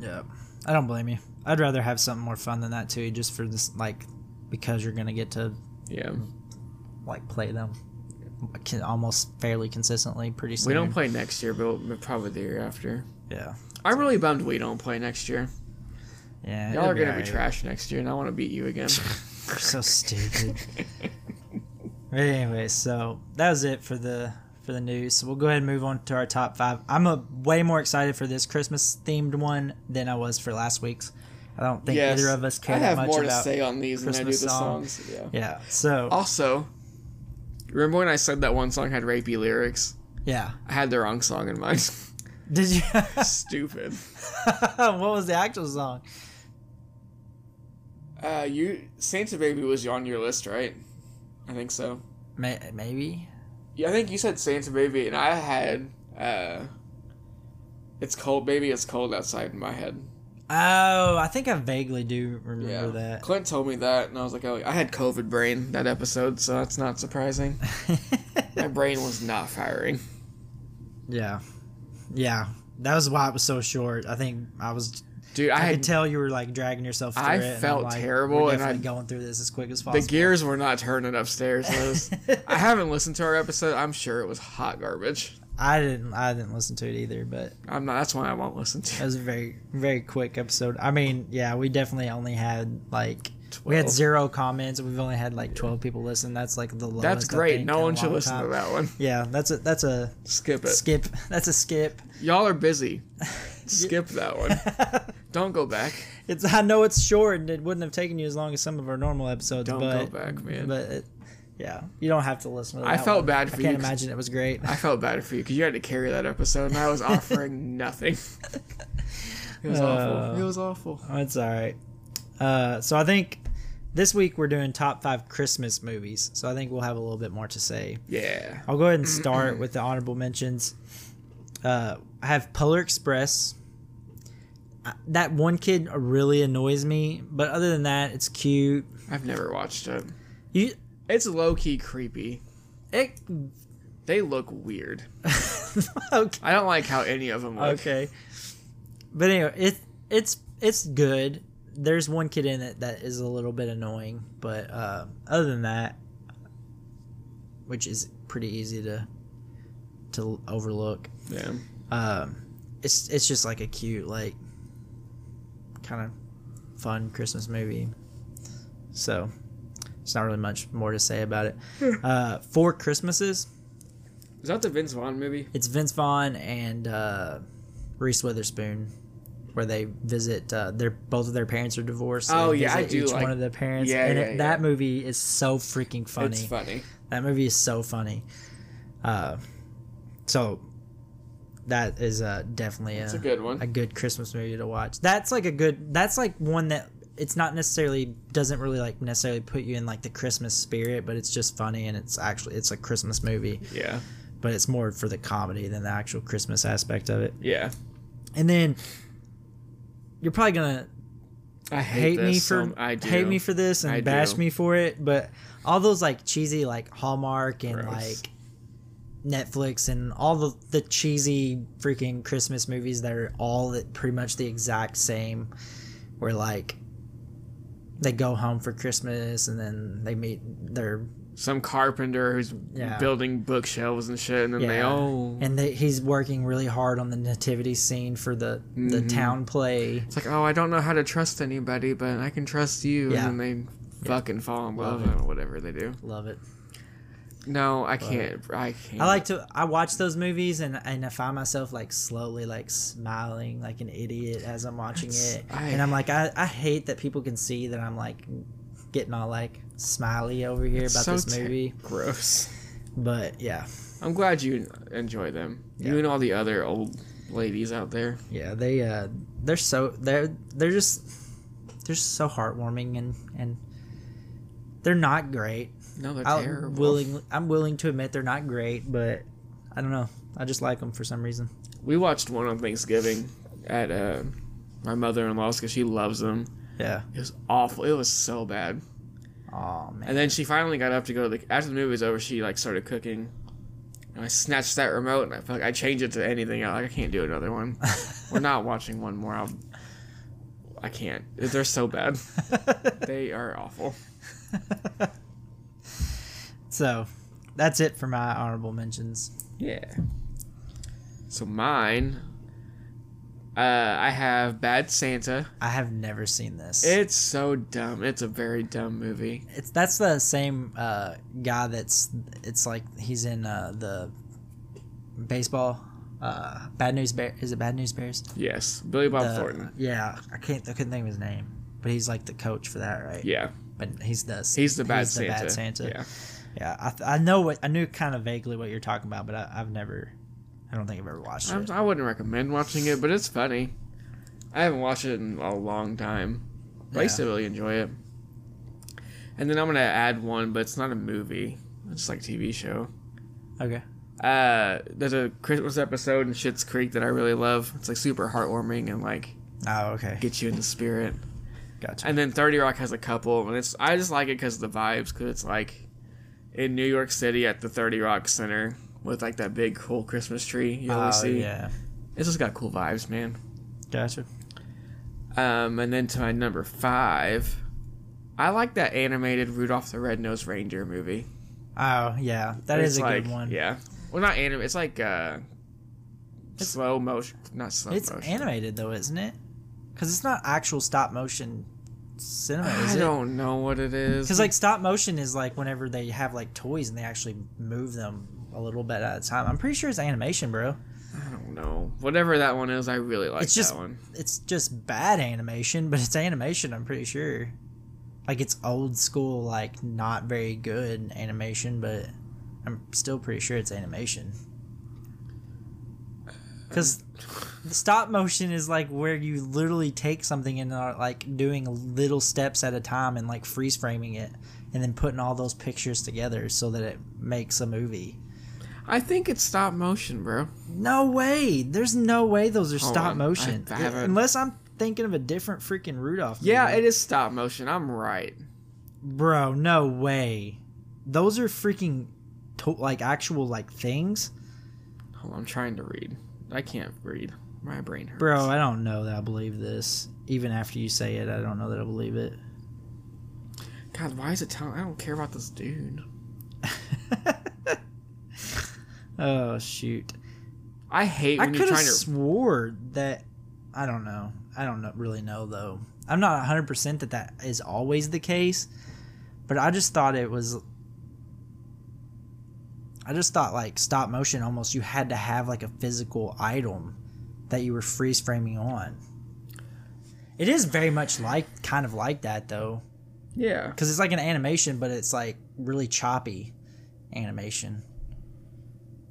Speaker 1: Yeah, I don't blame you. I'd rather have something more fun than that too, just for this like because you're gonna get to
Speaker 2: Yeah,
Speaker 1: like play them can almost fairly consistently pretty soon.
Speaker 2: we don't play next year, but but probably the year after.
Speaker 1: Yeah,
Speaker 2: I'm really bummed we don't play next year.
Speaker 1: yeah.
Speaker 2: Y'all
Speaker 1: it'll
Speaker 2: are gonna
Speaker 1: alright.
Speaker 2: be trash next year, and I want to beat you again.
Speaker 1: You're so stupid. anyway, so that was it for the for the news. So we'll go ahead and move on to our top five. I'm a, way more excited for this Christmas themed one than I was for last week's. I don't think
Speaker 2: Yes.
Speaker 1: either of us care
Speaker 2: I
Speaker 1: that
Speaker 2: have
Speaker 1: much
Speaker 2: more to
Speaker 1: about.
Speaker 2: say on these than I do
Speaker 1: Christmas
Speaker 2: the
Speaker 1: songs.
Speaker 2: songs. Yeah.
Speaker 1: Yeah. So
Speaker 2: Also, remember when I said that one song had rapey lyrics?
Speaker 1: yeah.
Speaker 2: I had the wrong song in mind.
Speaker 1: Did you?
Speaker 2: Stupid.
Speaker 1: what was the actual song?
Speaker 2: Uh, you Santa Baby was on your list, right? I think so.
Speaker 1: May, maybe.
Speaker 2: Yeah, I think you said Santa Baby, and I had uh, it's cold, baby, it's cold outside in my head.
Speaker 1: Oh, I think I vaguely do remember
Speaker 2: Yeah,
Speaker 1: that.
Speaker 2: Clint told me that, and I was like, oh, I had COVID brain that episode, so that's not surprising. my brain was not firing.
Speaker 1: yeah. Yeah. That was why it was so short. I think I was.
Speaker 2: Dude, I
Speaker 1: I,
Speaker 2: had
Speaker 1: could tell you were like dragging yourself through
Speaker 2: I
Speaker 1: it. and I'm
Speaker 2: felt
Speaker 1: like,
Speaker 2: terrible,
Speaker 1: We're
Speaker 2: and
Speaker 1: definitely
Speaker 2: I-
Speaker 1: going through this as quick as
Speaker 2: the
Speaker 1: possible.
Speaker 2: gears were not turning upstairs. I, was- I haven't listened to our episode. I'm sure it was hot garbage.
Speaker 1: I didn't. I didn't listen to it either, but
Speaker 2: I'm not. That's why I won't listen
Speaker 1: it
Speaker 2: to.
Speaker 1: was a very, very quick episode. I mean, yeah, we definitely only had like we had
Speaker 2: 12.
Speaker 1: zero comments. We've only had like twelve people listen. That's like the lowest.
Speaker 2: That's
Speaker 1: I
Speaker 2: great.
Speaker 1: think,
Speaker 2: No
Speaker 1: in a
Speaker 2: one should
Speaker 1: long
Speaker 2: listen to
Speaker 1: time.
Speaker 2: that one.
Speaker 1: Yeah, that's a that's a
Speaker 2: Skip it.
Speaker 1: skip. That's a skip.
Speaker 2: Y'all are busy. Skip that one. Don't go back.
Speaker 1: It's I know it's short and it wouldn't have taken you as long as some of our normal episodes.
Speaker 2: Don't
Speaker 1: but,
Speaker 2: go back, man.
Speaker 1: But it, yeah, you don't have to listen. to
Speaker 2: I
Speaker 1: that
Speaker 2: felt
Speaker 1: one.
Speaker 2: bad
Speaker 1: I
Speaker 2: for
Speaker 1: can't
Speaker 2: you 'cause-
Speaker 1: imagine it was great.
Speaker 2: I felt bad for you because you had to carry that episode, and I was offering nothing. It was
Speaker 1: Uh.
Speaker 2: awful. It was awful.
Speaker 1: That's all right. Uh, so I think this week we're doing top five Christmas movies. So I think we'll have a little bit more to say.
Speaker 2: Yeah.
Speaker 1: I'll go ahead and start with the honorable mentions. Uh, I have Polar Express. I- That one kid really annoys me, but other than that, it's cute.
Speaker 2: I've never watched it.
Speaker 1: You,
Speaker 2: It's low key creepy.
Speaker 1: it,
Speaker 2: They look weird.
Speaker 1: okay.
Speaker 2: I don't like how any of them look.
Speaker 1: okay. But anyway, it it's it's good. There's one kid in it that is a little bit annoying, but uh, other than that, which is pretty easy to to overlook.
Speaker 2: Yeah.
Speaker 1: Um, it's it's just like a cute, like kind of fun Christmas movie. So it's not really much more to say about it. uh, Four Christmases.
Speaker 2: Is that the Vince Vaughn movie?
Speaker 1: It's Vince Vaughn and uh, Reese Witherspoon, where they visit. Uh, their both of their parents are divorced. so
Speaker 2: Oh,
Speaker 1: they
Speaker 2: yeah, I
Speaker 1: visit
Speaker 2: do
Speaker 1: Each
Speaker 2: like-
Speaker 1: one of the parents.
Speaker 2: Yeah,
Speaker 1: and
Speaker 2: yeah,
Speaker 1: it,
Speaker 2: yeah.
Speaker 1: that movie is so freaking funny.
Speaker 2: It's funny.
Speaker 1: That movie is so funny. Uh, so that is uh, definitely
Speaker 2: It's a good one.
Speaker 1: a good Christmas movie to watch. That's like a good. That's like one that it's not necessarily doesn't really like necessarily put you in like the Christmas spirit, but it's just funny and it's actually it's a Christmas movie,
Speaker 2: Yeah.
Speaker 1: but it's more for the comedy than the actual Christmas aspect of it.
Speaker 2: Yeah.
Speaker 1: And then you're probably gonna
Speaker 2: I hate,
Speaker 1: hate me
Speaker 2: this,
Speaker 1: for
Speaker 2: um, I do.
Speaker 1: hate me for this and
Speaker 2: I
Speaker 1: bash
Speaker 2: do.
Speaker 1: me for it, but all those like cheesy like Hallmark and
Speaker 2: Gross.
Speaker 1: like Netflix and all the the cheesy freaking Christmas movies that are all the- pretty much the exact same, where like they go home for Christmas and then they meet their
Speaker 2: some carpenter who's
Speaker 1: Yeah.
Speaker 2: building bookshelves and shit, and then they
Speaker 1: Yeah.
Speaker 2: all.
Speaker 1: and they, he's working really hard on the nativity scene for the the
Speaker 2: Mm-hmm.
Speaker 1: town play.
Speaker 2: It's like, oh, I don't know how to trust anybody, but I can trust you.
Speaker 1: Yeah.
Speaker 2: And then they fucking fall in love,
Speaker 1: Love it.
Speaker 2: and whatever they do.
Speaker 1: Love it.
Speaker 2: No, I can't. I can't.
Speaker 1: I like to. I watch those movies and and I find myself like slowly like smiling like an idiot as I'm watching it,
Speaker 2: I-
Speaker 1: and I'm like, I, I hate that people can see that I'm like getting all like smiley over here about
Speaker 2: so
Speaker 1: this
Speaker 2: ter-
Speaker 1: movie.
Speaker 2: gross.
Speaker 1: But yeah,
Speaker 2: I'm glad you enjoy them. You
Speaker 1: Yeah.
Speaker 2: and all the other old ladies out there.
Speaker 1: yeah, they uh, they're so they're they're just they're just so heartwarming and and they're not great.
Speaker 2: No, they're
Speaker 1: I
Speaker 2: terrible.
Speaker 1: willing I'm willing to admit they're not great, but I don't know. I just like them for some reason.
Speaker 2: We watched one on Thanksgiving at uh, my mother-in-law's because she loves them.
Speaker 1: Yeah.
Speaker 2: It was awful. It was so bad.
Speaker 1: Oh man.
Speaker 2: And then she finally got up to go to the after the movie was over, she like started cooking. And I snatched that remote and I felt like I changed it to anything else. Like I can't do another one. We're not watching one more. I'll, I can't. They're so bad. they are awful.
Speaker 1: So that's it for my honorable mentions.
Speaker 2: Yeah. So mine uh I have Bad Santa.
Speaker 1: I have never seen this.
Speaker 2: It's so dumb. It's a very dumb movie.
Speaker 1: it's that's the same uh, guy that's it's like he's in uh, the baseball. Uh, Bad News Bear is it Bad News Bears?
Speaker 2: Yes, Billy Bob
Speaker 1: Uh,
Speaker 2: Thornton.
Speaker 1: Yeah, I can't. I couldn't think of his name, but he's like the coach for that, right?
Speaker 2: Yeah,
Speaker 1: But he's the
Speaker 2: he's the bad Santa.
Speaker 1: bad Santa.
Speaker 2: Yeah,
Speaker 1: Yeah, I, th- I know what I knew kind of vaguely what you're talking about, but I, I've never, I don't think I've ever watched
Speaker 2: I'm,
Speaker 1: it.
Speaker 2: I wouldn't recommend watching it, but it's funny. I haven't watched it in a long time. But I used to really enjoy it. And then I'm gonna add one, but it's not a movie. It's like a TV show.
Speaker 1: Okay,
Speaker 2: Uh, there's a Christmas episode in Schitt's Creek that I really love. It's like super heartwarming and like
Speaker 1: oh okay,
Speaker 2: gets you in the spirit.
Speaker 1: gotcha.
Speaker 2: And then Thirty Rock has a couple, and it's I just like it because of the vibes, because it's like in New York City at the Thirty Rock Center with like that big cool Christmas tree you always
Speaker 1: Oh,
Speaker 2: see.
Speaker 1: yeah,
Speaker 2: It's just got cool vibes, man.
Speaker 1: gotcha.
Speaker 2: Um, and then to my number five, I like that animated Rudolph the Red-Nosed Reindeer movie.
Speaker 1: Oh yeah, that
Speaker 2: It's
Speaker 1: is a
Speaker 2: like,
Speaker 1: good one.
Speaker 2: Yeah. Well, not anime. It's like uh, slow motion. Not slow
Speaker 1: It's
Speaker 2: motion.
Speaker 1: animated though, isn't it? Because it's not actual stop motion cinema, is
Speaker 2: I
Speaker 1: it?
Speaker 2: don't know what it is.
Speaker 1: Because like stop motion is like whenever they have like toys and they actually move them a little bit at a time. I'm pretty sure it's animation, bro.
Speaker 2: I don't know. Whatever that one is, I really like
Speaker 1: It's just-
Speaker 2: that one.
Speaker 1: It's just bad animation, but it's animation. I'm pretty sure. Like it's old school, like not very good animation, but I'm still pretty sure it's animation. Because stop motion is like where you literally take something and are like doing little steps at a time and like freeze framing it and then putting all those pictures together so that it makes a movie.
Speaker 2: I think it's stop motion, bro.
Speaker 1: No way. There's no way those are
Speaker 2: Hold
Speaker 1: stop
Speaker 2: on.
Speaker 1: motion.
Speaker 2: Oh, I haven't-
Speaker 1: Unless I'm thinking of a different freaking Rudolph.
Speaker 2: Yeah,
Speaker 1: movie.
Speaker 2: it is stop motion. I'm right.
Speaker 1: Bro, no way. Those are freaking to- like actual like things.
Speaker 2: Hold on, I'm trying to read. I can't read. My brain hurts.
Speaker 1: Bro, I don't know that I believe this. Even after you say it, I don't know that I believe it.
Speaker 2: God, why is it telling? I don't care about this dude.
Speaker 1: oh shoot.
Speaker 2: I hate
Speaker 1: I
Speaker 2: when you're
Speaker 1: could have
Speaker 2: trying to.
Speaker 1: swore that I don't know. I don't know, really know though. I'm not 100% that that is always the case, but I just thought it was I just thought like stop motion almost you had to have like a physical item that you were freeze framing on. It is very much like kind of like that though
Speaker 2: yeah.
Speaker 1: cuz it's like an animation but it's like really choppy animation.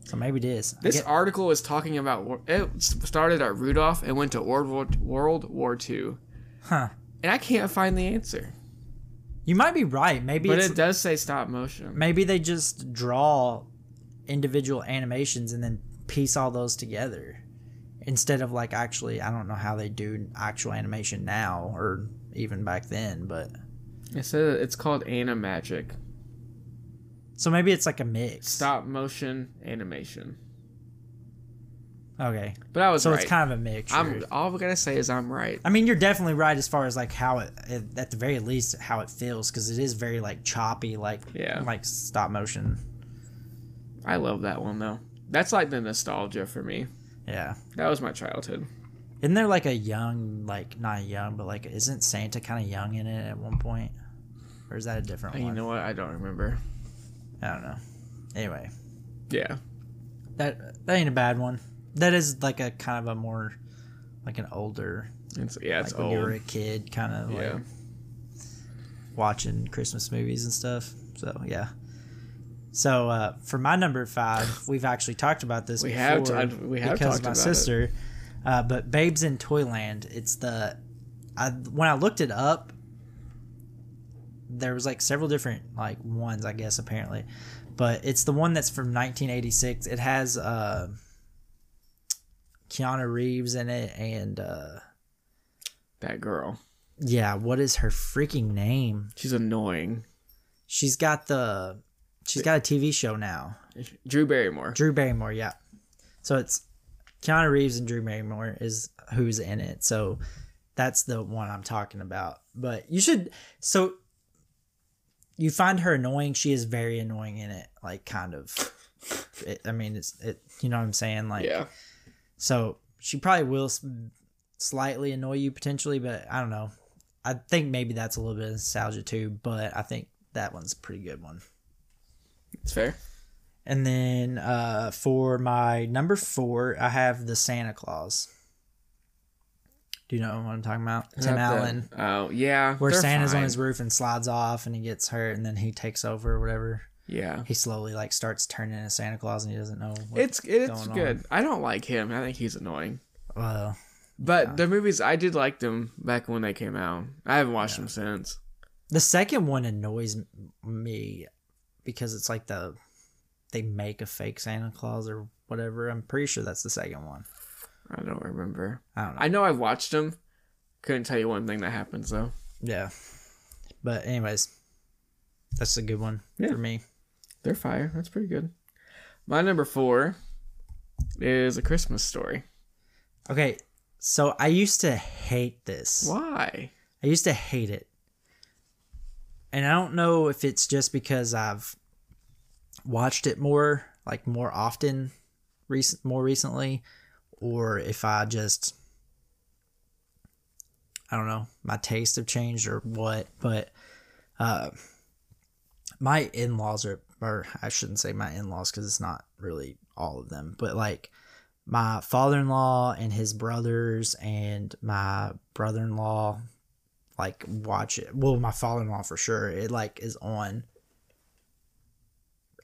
Speaker 1: So maybe it is. I
Speaker 2: This
Speaker 1: get-
Speaker 2: article is talking about war- it started at Rudolph and went to World War, World War II,
Speaker 1: huh.
Speaker 2: and I can't find the answer.
Speaker 1: You might be right. Maybe
Speaker 2: But
Speaker 1: it's
Speaker 2: it does say stop motion.
Speaker 1: maybe they just draw individual animations and then piece all those together instead of like actually I don't know how they do actual animation now or even back then, but
Speaker 2: It says it's called animagic.
Speaker 1: so maybe it's like a mix.
Speaker 2: Stop motion animation.
Speaker 1: Okay,
Speaker 2: But I was
Speaker 1: so
Speaker 2: right.
Speaker 1: it's kind of a mix.
Speaker 2: I'm all I'm gonna say is I'm right.
Speaker 1: I mean, you're definitely right as far as like how it, it at the very least how it feels because it is very like choppy, like
Speaker 2: Yeah.
Speaker 1: like stop motion.
Speaker 2: I love that one though. That's like the nostalgia for me.
Speaker 1: Yeah.
Speaker 2: That was my childhood.
Speaker 1: Isn't there like a young, like not young, but like isn't Santa kind of young in it at one point, or is that a different
Speaker 2: You
Speaker 1: one?
Speaker 2: know what? I don't remember.
Speaker 1: I don't know. Anyway,
Speaker 2: Yeah.
Speaker 1: that that ain't a bad one. That is like a kind of a more like an older,
Speaker 2: It's, yeah, it's
Speaker 1: like when
Speaker 2: old.
Speaker 1: you were a kid, kind of
Speaker 2: yeah.
Speaker 1: like watching Christmas movies and stuff. So yeah. So uh, for my number five, we've actually talked about this.
Speaker 2: We
Speaker 1: before
Speaker 2: have talked- we have
Speaker 1: because
Speaker 2: talked
Speaker 1: of my
Speaker 2: about
Speaker 1: sister. Uh, but Babes in Toyland, it's the I when I looked it up, there was like several different like ones I guess apparently, but it's the one that's from 1986. It has uh, Keanu Reeves in it and uh,
Speaker 2: That girl.
Speaker 1: yeah, what is her freaking name?
Speaker 2: She's annoying.
Speaker 1: She's got the she's got a TV show now.
Speaker 2: Drew Barrymore.
Speaker 1: Drew Barrymore, yeah. So it's Keanu Reeves and Drew Barrymore is who's in it. So that's the one I'm talking about. But you should so you find her annoying. She is very annoying in it, like kind of. It, I mean, it's it. You know what I'm saying? Like,
Speaker 2: yeah.
Speaker 1: so she probably will s- slightly annoy you potentially, but I don't know. I think maybe that's a little bit of nostalgia too, but I think that one's a pretty good one.
Speaker 2: It's fair.
Speaker 1: And then uh, for my number four, I have the Santa Claus. Do you know what I'm talking about? Tim
Speaker 2: Not the-
Speaker 1: Allen.
Speaker 2: Oh yeah,
Speaker 1: Where
Speaker 2: they're
Speaker 1: Santa's
Speaker 2: fine.
Speaker 1: on his roof and slides off and he gets hurt and then he takes over or whatever.
Speaker 2: Yeah,
Speaker 1: He slowly like starts turning into Santa Claus and he doesn't know what
Speaker 2: it's it's
Speaker 1: going on.
Speaker 2: good. I don't like him. I think he's annoying.
Speaker 1: well
Speaker 2: But the movies I did like them back when they came out. I haven't watched them since.
Speaker 1: the second one annoys m- me because it's like the they make a fake Santa Claus or whatever. I'm pretty sure that's the second one.
Speaker 2: I don't remember.
Speaker 1: I don't know.
Speaker 2: I know I've watched them. Couldn't tell you one thing that happens though.
Speaker 1: yeah. But anyways, that's a good one
Speaker 2: Yeah.
Speaker 1: for me.
Speaker 2: They're fire. That's pretty good. My number four is a Christmas story.
Speaker 1: Okay, so I used to hate this.
Speaker 2: Why?
Speaker 1: I used to hate it. And I don't know if it's just because I've watched it more, like more often, recent more recently, or if I just I don't know, my tastes have changed or what, but uh my in-laws are or I shouldn't say my in-laws cuz it's not really all of them, but like my father-in-law and his brothers and my brother-in-law like watch it. Well, my father-in-law for sure. It like is on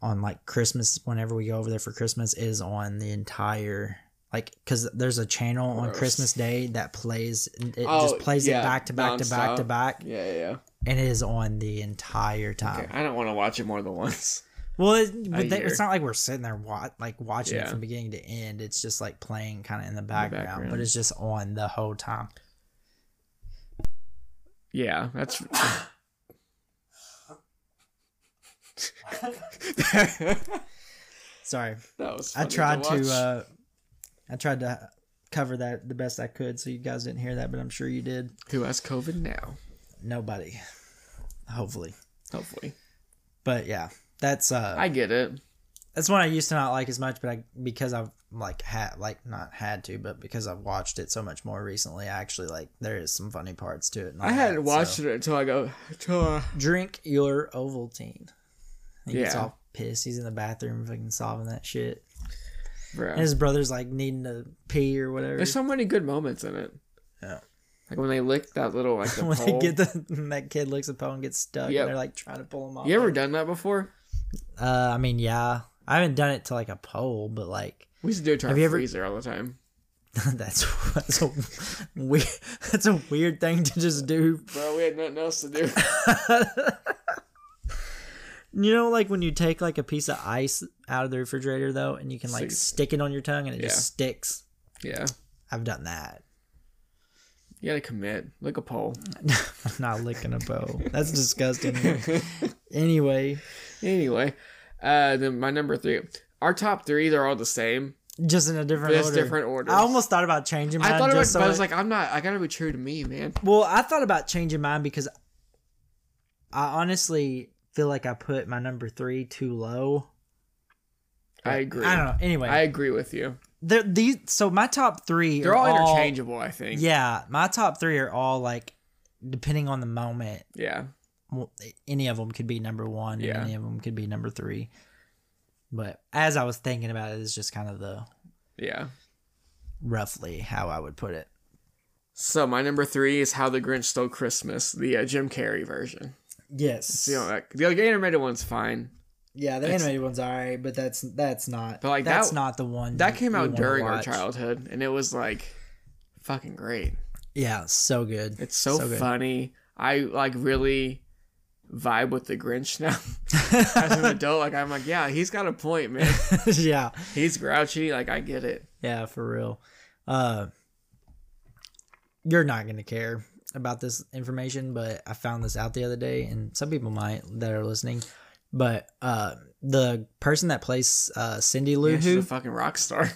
Speaker 1: on like Christmas whenever we go over there for Christmas it is on the entire like cuz there's a channel on
Speaker 2: Gross.
Speaker 1: Christmas day that plays it
Speaker 2: Oh,
Speaker 1: just plays
Speaker 2: yeah,
Speaker 1: it back to back to back to
Speaker 2: nonstop.
Speaker 1: back
Speaker 2: Yeah, yeah. yeah.
Speaker 1: and it is on the entire time.
Speaker 2: Okay, I don't want to watch it more than once.
Speaker 1: Well, it, but
Speaker 2: A
Speaker 1: they,
Speaker 2: year.
Speaker 1: it's not like we're sitting there wat- like watching
Speaker 2: Yeah.
Speaker 1: it from beginning to end. It's just like playing kind of in the background, but
Speaker 2: background.
Speaker 1: it's just on the whole time.
Speaker 2: Yeah, that's. that
Speaker 1: Sorry.
Speaker 2: was.
Speaker 1: I
Speaker 2: funny
Speaker 1: tried to,
Speaker 2: watch.
Speaker 1: uh, I tried to cover that the best I could, so you guys didn't hear that, but I'm sure you did.
Speaker 2: Who has COVID now?
Speaker 1: Nobody, hopefully,
Speaker 2: Hopefully,
Speaker 1: but yeah, that's uh,
Speaker 2: I get it.
Speaker 1: that's one I used to not like as much, but I because I've like had like not had to, but because I've watched it so much more recently, I actually like there is some funny parts to it. and all
Speaker 2: I hadn't
Speaker 1: that,
Speaker 2: watched
Speaker 1: so.
Speaker 2: it until I go. Until, uh,
Speaker 1: Drink your Ovaltine. He gets
Speaker 2: Yeah.
Speaker 1: all pissed. He's in the bathroom, fucking solving that shit.
Speaker 2: bro.
Speaker 1: And his brother's like needing to pee or whatever.
Speaker 2: There's so many good moments in it.
Speaker 1: Yeah.
Speaker 2: Like when they lick that little like the
Speaker 1: when they
Speaker 2: pole.
Speaker 1: get the that kid licks a pole and gets stuck,
Speaker 2: Yep.
Speaker 1: and they're like trying to pull him off.
Speaker 2: you ever done that before?
Speaker 1: Uh, I mean, yeah, I haven't done it to like a pole, but like
Speaker 2: We used to do it to
Speaker 1: Have
Speaker 2: our
Speaker 1: you ever-
Speaker 2: freezer all the time.
Speaker 1: that's that's a weird that's a weird thing to just do.
Speaker 2: Bro, we had nothing else to do.
Speaker 1: You know, like when you take like a piece of ice out of the refrigerator though, and you can like
Speaker 2: Six.
Speaker 1: stick it on your tongue, and it
Speaker 2: Yeah.
Speaker 1: just sticks.
Speaker 2: yeah.
Speaker 1: I've done that.
Speaker 2: You gotta commit. Lick a pole.
Speaker 1: I'm not licking a pole. That's disgusting. anyway,
Speaker 2: Anyway, uh, then my number three. Our top three, they're all the same.
Speaker 1: just in a different
Speaker 2: Just
Speaker 1: order.
Speaker 2: different orders.
Speaker 1: I almost thought about changing mine.
Speaker 2: I thought about,
Speaker 1: just so
Speaker 2: but I was
Speaker 1: it-
Speaker 2: like, I'm not. I gotta be true to me, man.
Speaker 1: Well, I thought about changing mine because I honestly feel like I put my number three too low.
Speaker 2: I agree.
Speaker 1: I don't know. Anyway,
Speaker 2: I agree with you.
Speaker 1: they're, these so my top three
Speaker 2: They're
Speaker 1: are
Speaker 2: all,
Speaker 1: all
Speaker 2: interchangeable. I think.
Speaker 1: Yeah, my top three are all like depending on the moment.
Speaker 2: Yeah.
Speaker 1: well, Any of them could be number one. and
Speaker 2: Yeah.
Speaker 1: any of them could be number three. But as I was thinking about it, it's just kind of the
Speaker 2: Yeah.
Speaker 1: roughly how I would put it.
Speaker 2: So my number three is How the Grinch Stole Christmas, the uh, Jim Carrey version.
Speaker 1: Yes.
Speaker 2: You know, like, the like, animated one's fine.
Speaker 1: Yeah, the
Speaker 2: It's-
Speaker 1: animated one's alright, but that's that's not.
Speaker 2: But, like,
Speaker 1: that's
Speaker 2: that-
Speaker 1: not the one
Speaker 2: That came
Speaker 1: we
Speaker 2: out
Speaker 1: wanna
Speaker 2: during our
Speaker 1: watch.
Speaker 2: childhood, and it was like fucking great.
Speaker 1: Yeah, so good.
Speaker 2: It's so,
Speaker 1: So good.
Speaker 2: funny. I like really vibe with the Grinch now as an adult. Like I'm like, yeah, he's got a point, man.
Speaker 1: yeah,
Speaker 2: He's grouchy. Like I get it.
Speaker 1: yeah, for real. Uh, you're not gonna care about this information, but I found this out the other day, and some people might that are listening. But uh, the person that plays uh, Cindy Lou
Speaker 2: He's a
Speaker 1: Who,
Speaker 2: fucking rock star.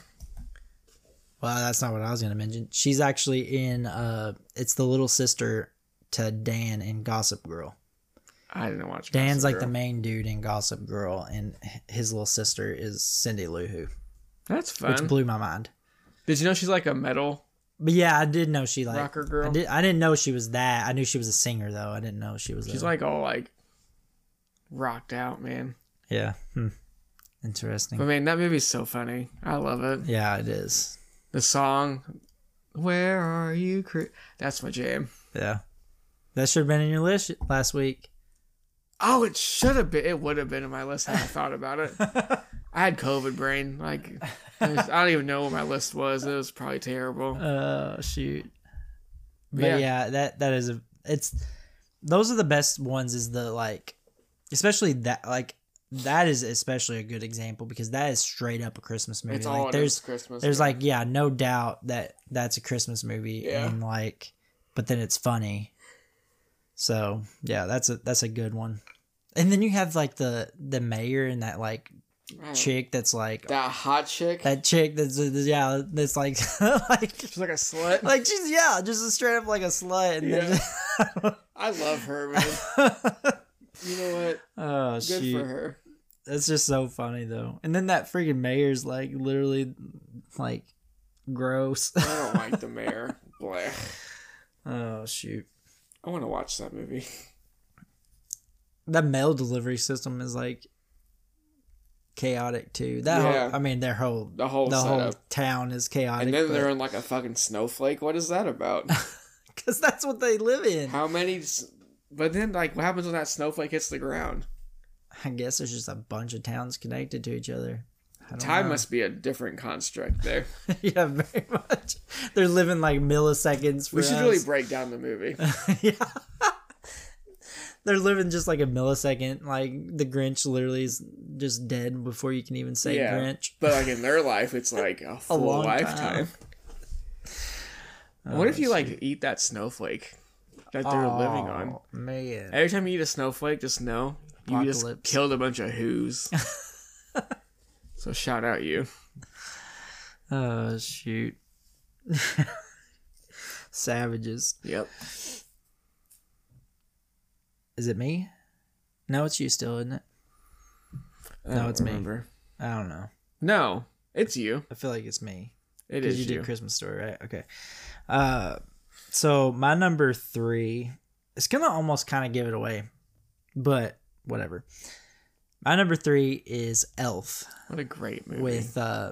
Speaker 1: well, that's not what I was gonna mention. She's actually in. Uh, it's the little sister to Dan in Gossip Girl.
Speaker 2: I didn't watch.
Speaker 1: Dan's
Speaker 2: Gossip
Speaker 1: like the
Speaker 2: Girl.
Speaker 1: main dude in Gossip Girl, and h- his little sister is Cindy Lou Who,
Speaker 2: That's
Speaker 1: which
Speaker 2: fun.
Speaker 1: blew my mind.
Speaker 2: Did you know she's like a metal
Speaker 1: But yeah, I did know she like
Speaker 2: rocker girl?
Speaker 1: I, did, I didn't know she was that. I knew she was a singer though. I didn't know she was.
Speaker 2: She's
Speaker 1: a,
Speaker 2: like all like rocked out, man.
Speaker 1: yeah, hmm. Interesting.
Speaker 2: I mean, that movie's so funny. I love it.
Speaker 1: yeah, it is.
Speaker 2: The song, "Where Are You," Chri-" that's my jam.
Speaker 1: Yeah. That should have been in your list last week.
Speaker 2: Oh, it should have been. It would have been in my list had I thought about it. I had COVID brain. Like, it was- I don't even know what my list was. It was probably terrible.
Speaker 1: Oh shoot. But
Speaker 2: Yeah.
Speaker 1: yeah. that that is a it's those are the best ones is the like especially that like that is especially a good example because that is straight up a Christmas movie.
Speaker 2: It's
Speaker 1: like
Speaker 2: all it
Speaker 1: there's
Speaker 2: is Christmas.
Speaker 1: there's
Speaker 2: man.
Speaker 1: like yeah, no doubt that that's a Christmas movie
Speaker 2: Yeah.
Speaker 1: and like but then it's funny. So, yeah, that's a that's a good one. And then you have like the the mayor and that like
Speaker 2: I don't-
Speaker 1: chick that's like
Speaker 2: that hot chick.
Speaker 1: that chick that's yeah that's like like
Speaker 2: She's like a slut.
Speaker 1: like she's yeah, just a straight up like a slut. And then
Speaker 2: Yeah. I love her, man. You know what?
Speaker 1: oh
Speaker 2: Good
Speaker 1: shoot,
Speaker 2: for her.
Speaker 1: that's just so funny though. And then that freaking mayor's like literally like gross.
Speaker 2: I don't like the mayor. Blah.
Speaker 1: oh shoot,
Speaker 2: I want to watch that movie.
Speaker 1: that mail delivery system is like chaotic too. That
Speaker 2: Yeah.
Speaker 1: whole, I mean, their whole
Speaker 2: The whole
Speaker 1: the
Speaker 2: setup.
Speaker 1: whole town is chaotic.
Speaker 2: and then they're in like a fucking snowflake. What is that about?
Speaker 1: because that's what they live in.
Speaker 2: How many? s- But then, like, what happens when that snowflake hits the ground?
Speaker 1: I guess there's just a bunch of towns connected to each other. I don't
Speaker 2: Time
Speaker 1: know.
Speaker 2: must be a different construct there.
Speaker 1: yeah, very much. They're living like milliseconds. For
Speaker 2: We should
Speaker 1: us.
Speaker 2: really break down the movie.
Speaker 1: yeah. They're living just like a millisecond. Like the Grinch literally is just dead before you can even say
Speaker 2: Yeah.
Speaker 1: Grinch.
Speaker 2: But like in their life, it's like a full
Speaker 1: long Oh,
Speaker 2: lifetime. what if you like eat that snowflake that they're living on?
Speaker 1: Oh, Man.
Speaker 2: Every time you eat a snowflake, just know you just
Speaker 1: Apocalypse.
Speaker 2: killed a bunch of who's. so shout out you.
Speaker 1: Oh shoot. Savages.
Speaker 2: Yep.
Speaker 1: Is it me? No, it's you still, isn't it? No, it's me. I don't know.
Speaker 2: me. No, it's you.
Speaker 1: I feel like it's me.
Speaker 2: It
Speaker 1: Because
Speaker 2: is
Speaker 1: you
Speaker 2: you.
Speaker 1: did Christmas story, right? Okay. Uh, so my number three, it's gonna almost kind of give it away, but whatever. My number three is Elf
Speaker 2: What a great movie.
Speaker 1: with uh,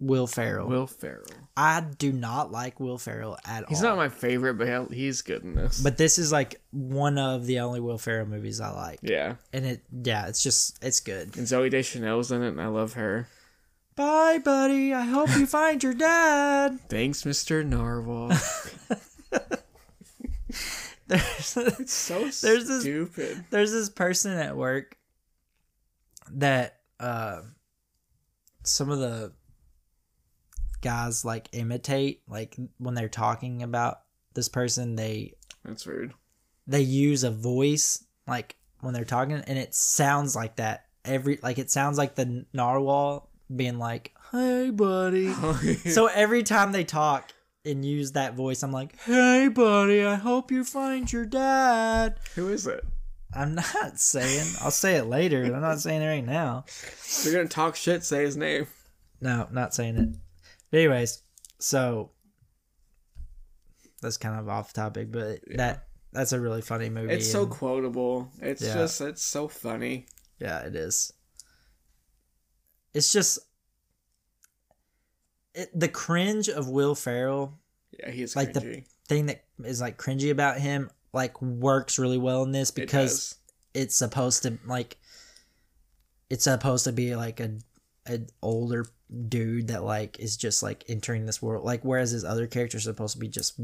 Speaker 1: Will Ferrell.
Speaker 2: Will Ferrell.
Speaker 1: I do not like Will Ferrell at
Speaker 2: He's
Speaker 1: all.
Speaker 2: not my favorite, but he'll- he's good in this.
Speaker 1: but this is like one of the only Will Ferrell movies I like,
Speaker 2: yeah,
Speaker 1: and it yeah, it's just it's good.
Speaker 2: and Zoe Deschanel's in it, and I love her.
Speaker 1: Bye, buddy. I hope you find your dad.
Speaker 2: Thanks, Mr. Narwhal.
Speaker 1: There's
Speaker 2: so
Speaker 1: There's this-
Speaker 2: stupid.
Speaker 1: there's this person at work that uh some of the guys like imitate like when they're talking about this person they
Speaker 2: That's rude.
Speaker 1: they use a voice like when they're talking and it sounds like that every like it sounds like the narwhal being like hey buddy so every time they talk and use that voice i'm like hey buddy i hope you find your dad
Speaker 2: who is it?
Speaker 1: I'm not saying. I'll say it later. but I'm not saying it right now.
Speaker 2: If you're gonna talk shit, say his name.
Speaker 1: No, not saying it. But anyways, so that's kind of off topic, but that that's a really funny movie.
Speaker 2: It's so
Speaker 1: and-
Speaker 2: quotable. It's
Speaker 1: Yeah.
Speaker 2: just it's so funny.
Speaker 1: yeah, it is. It's just it, the cringe of Will Ferrell
Speaker 2: Yeah, he's
Speaker 1: Like
Speaker 2: like
Speaker 1: the-
Speaker 2: cringy.
Speaker 1: thing that is like cringy about him like works really well in this
Speaker 2: It
Speaker 1: because
Speaker 2: does.
Speaker 1: it's supposed to like it's supposed to be like a an older dude that like is just like entering this world like whereas his other character is supposed to be just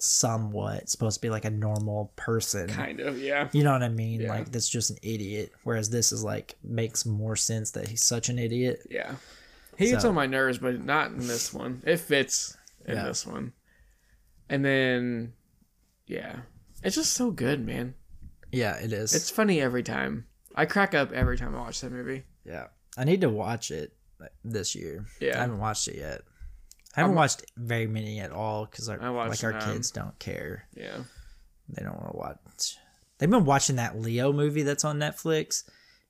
Speaker 1: somewhat supposed to be like a normal person
Speaker 2: kind of yeah.
Speaker 1: you know what i mean
Speaker 2: Yeah.
Speaker 1: like that's just an idiot whereas this is like makes more sense that he's such an idiot
Speaker 2: Yeah. He gets
Speaker 1: So-
Speaker 2: on my nerves, but not in this one. It fits in
Speaker 1: Yeah.
Speaker 2: this one. And then, yeah. It's just so good, man.
Speaker 1: yeah it is
Speaker 2: It's funny every time. I crack up every time I watch that movie.
Speaker 1: yeah i need to watch it like, this year i
Speaker 2: Yeah.
Speaker 1: haven't watched it yet i haven't
Speaker 2: I'm-
Speaker 1: watched very many at all because
Speaker 2: I watched
Speaker 1: like our
Speaker 2: none.
Speaker 1: kids don't care
Speaker 2: Yeah.
Speaker 1: they don't want to watch. They've been watching that Leo movie that's on Netflix.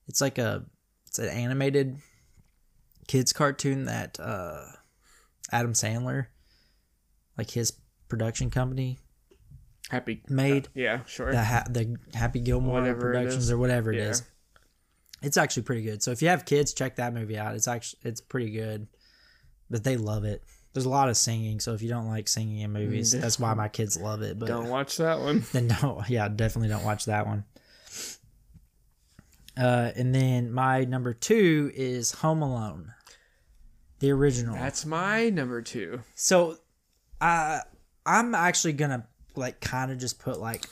Speaker 1: It's like a it's an animated kids cartoon that uh Adam Sandler like his production company
Speaker 2: Happy.
Speaker 1: made
Speaker 2: Yeah, sure.
Speaker 1: the ha- the Happy Gilmore
Speaker 2: Whatever it
Speaker 1: Productions
Speaker 2: is.
Speaker 1: or whatever it
Speaker 2: Yeah.
Speaker 1: is. It's actually pretty good. So if you have kids, check that movie out. It's actually it's pretty good. But they love it. There's a lot of singing, so if you don't like singing in movies,
Speaker 2: Mm,
Speaker 1: that's why my kids love it. But
Speaker 2: Don't watch that one.
Speaker 1: then don't yeah definitely don't watch that one uh and then my number two is home alone the original
Speaker 2: That's my number two.
Speaker 1: so i i'm actually gonna like kind of just put like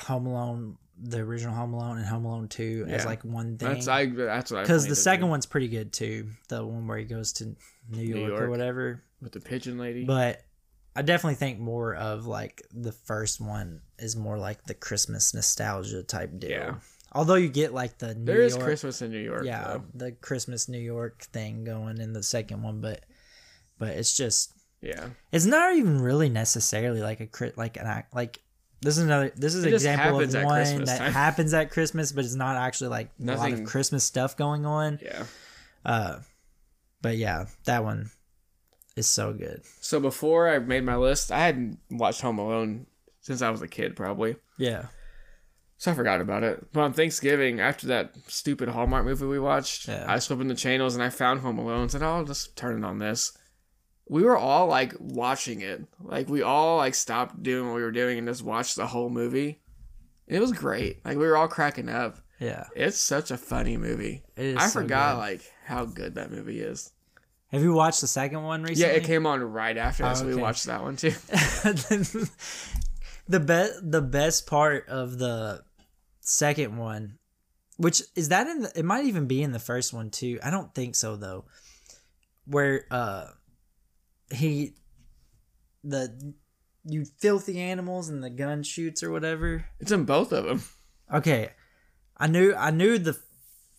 Speaker 1: home alone the original home alone and home alone 2 as
Speaker 2: Yeah.
Speaker 1: like one thing
Speaker 2: That's I. That's what I.
Speaker 1: because
Speaker 2: plan
Speaker 1: the
Speaker 2: to
Speaker 1: second
Speaker 2: do
Speaker 1: one's pretty good too the one where he goes to new york, or
Speaker 2: York.
Speaker 1: whatever
Speaker 2: with the pigeon lady.
Speaker 1: but I definitely think more of like the first one is more like the Christmas nostalgia type deal.
Speaker 2: Yeah.
Speaker 1: Although you get like the New
Speaker 2: there is
Speaker 1: York,
Speaker 2: Christmas in New York.
Speaker 1: yeah,
Speaker 2: though.
Speaker 1: the Christmas New York thing going in the second one, but but it's just
Speaker 2: yeah.
Speaker 1: it's not even really necessarily like a crit like an act like this is another this is
Speaker 2: It
Speaker 1: an
Speaker 2: just
Speaker 1: example of
Speaker 2: happens at
Speaker 1: one
Speaker 2: Christmas
Speaker 1: that
Speaker 2: time.
Speaker 1: happens at Christmas, but it's not actually like a lot
Speaker 2: Nothing-
Speaker 1: of Christmas stuff going on.
Speaker 2: Yeah.
Speaker 1: Uh, but yeah, that one is so good.
Speaker 2: So before I made my list, I hadn't watched Home Alone since I was a kid, probably.
Speaker 1: Yeah,
Speaker 2: So I forgot about it. But on Thanksgiving, after that stupid Hallmark movie we watched,
Speaker 1: Yeah.
Speaker 2: I just opened the channels and I found Home Alone. and said, "Oh, I'll just turn it on this." We were all like watching it. Like we all like stopped doing what we were doing and just watched the whole movie. It was great. Like we were all cracking up.
Speaker 1: yeah.
Speaker 2: It's such a funny movie.
Speaker 1: It is
Speaker 2: I
Speaker 1: so
Speaker 2: forgot
Speaker 1: good.
Speaker 2: like how good that movie is.
Speaker 1: Have you watched the second one recently?
Speaker 2: Yeah, it came on right after that,
Speaker 1: Oh,
Speaker 2: so we
Speaker 1: okay.
Speaker 2: watched that one too.
Speaker 1: the best the best part of the second one which is that in the, it might even be in the first one too i don't think so though where uh he the you filthy animals and the gun shoots or whatever
Speaker 2: It's in both of them.
Speaker 1: okay i knew i knew the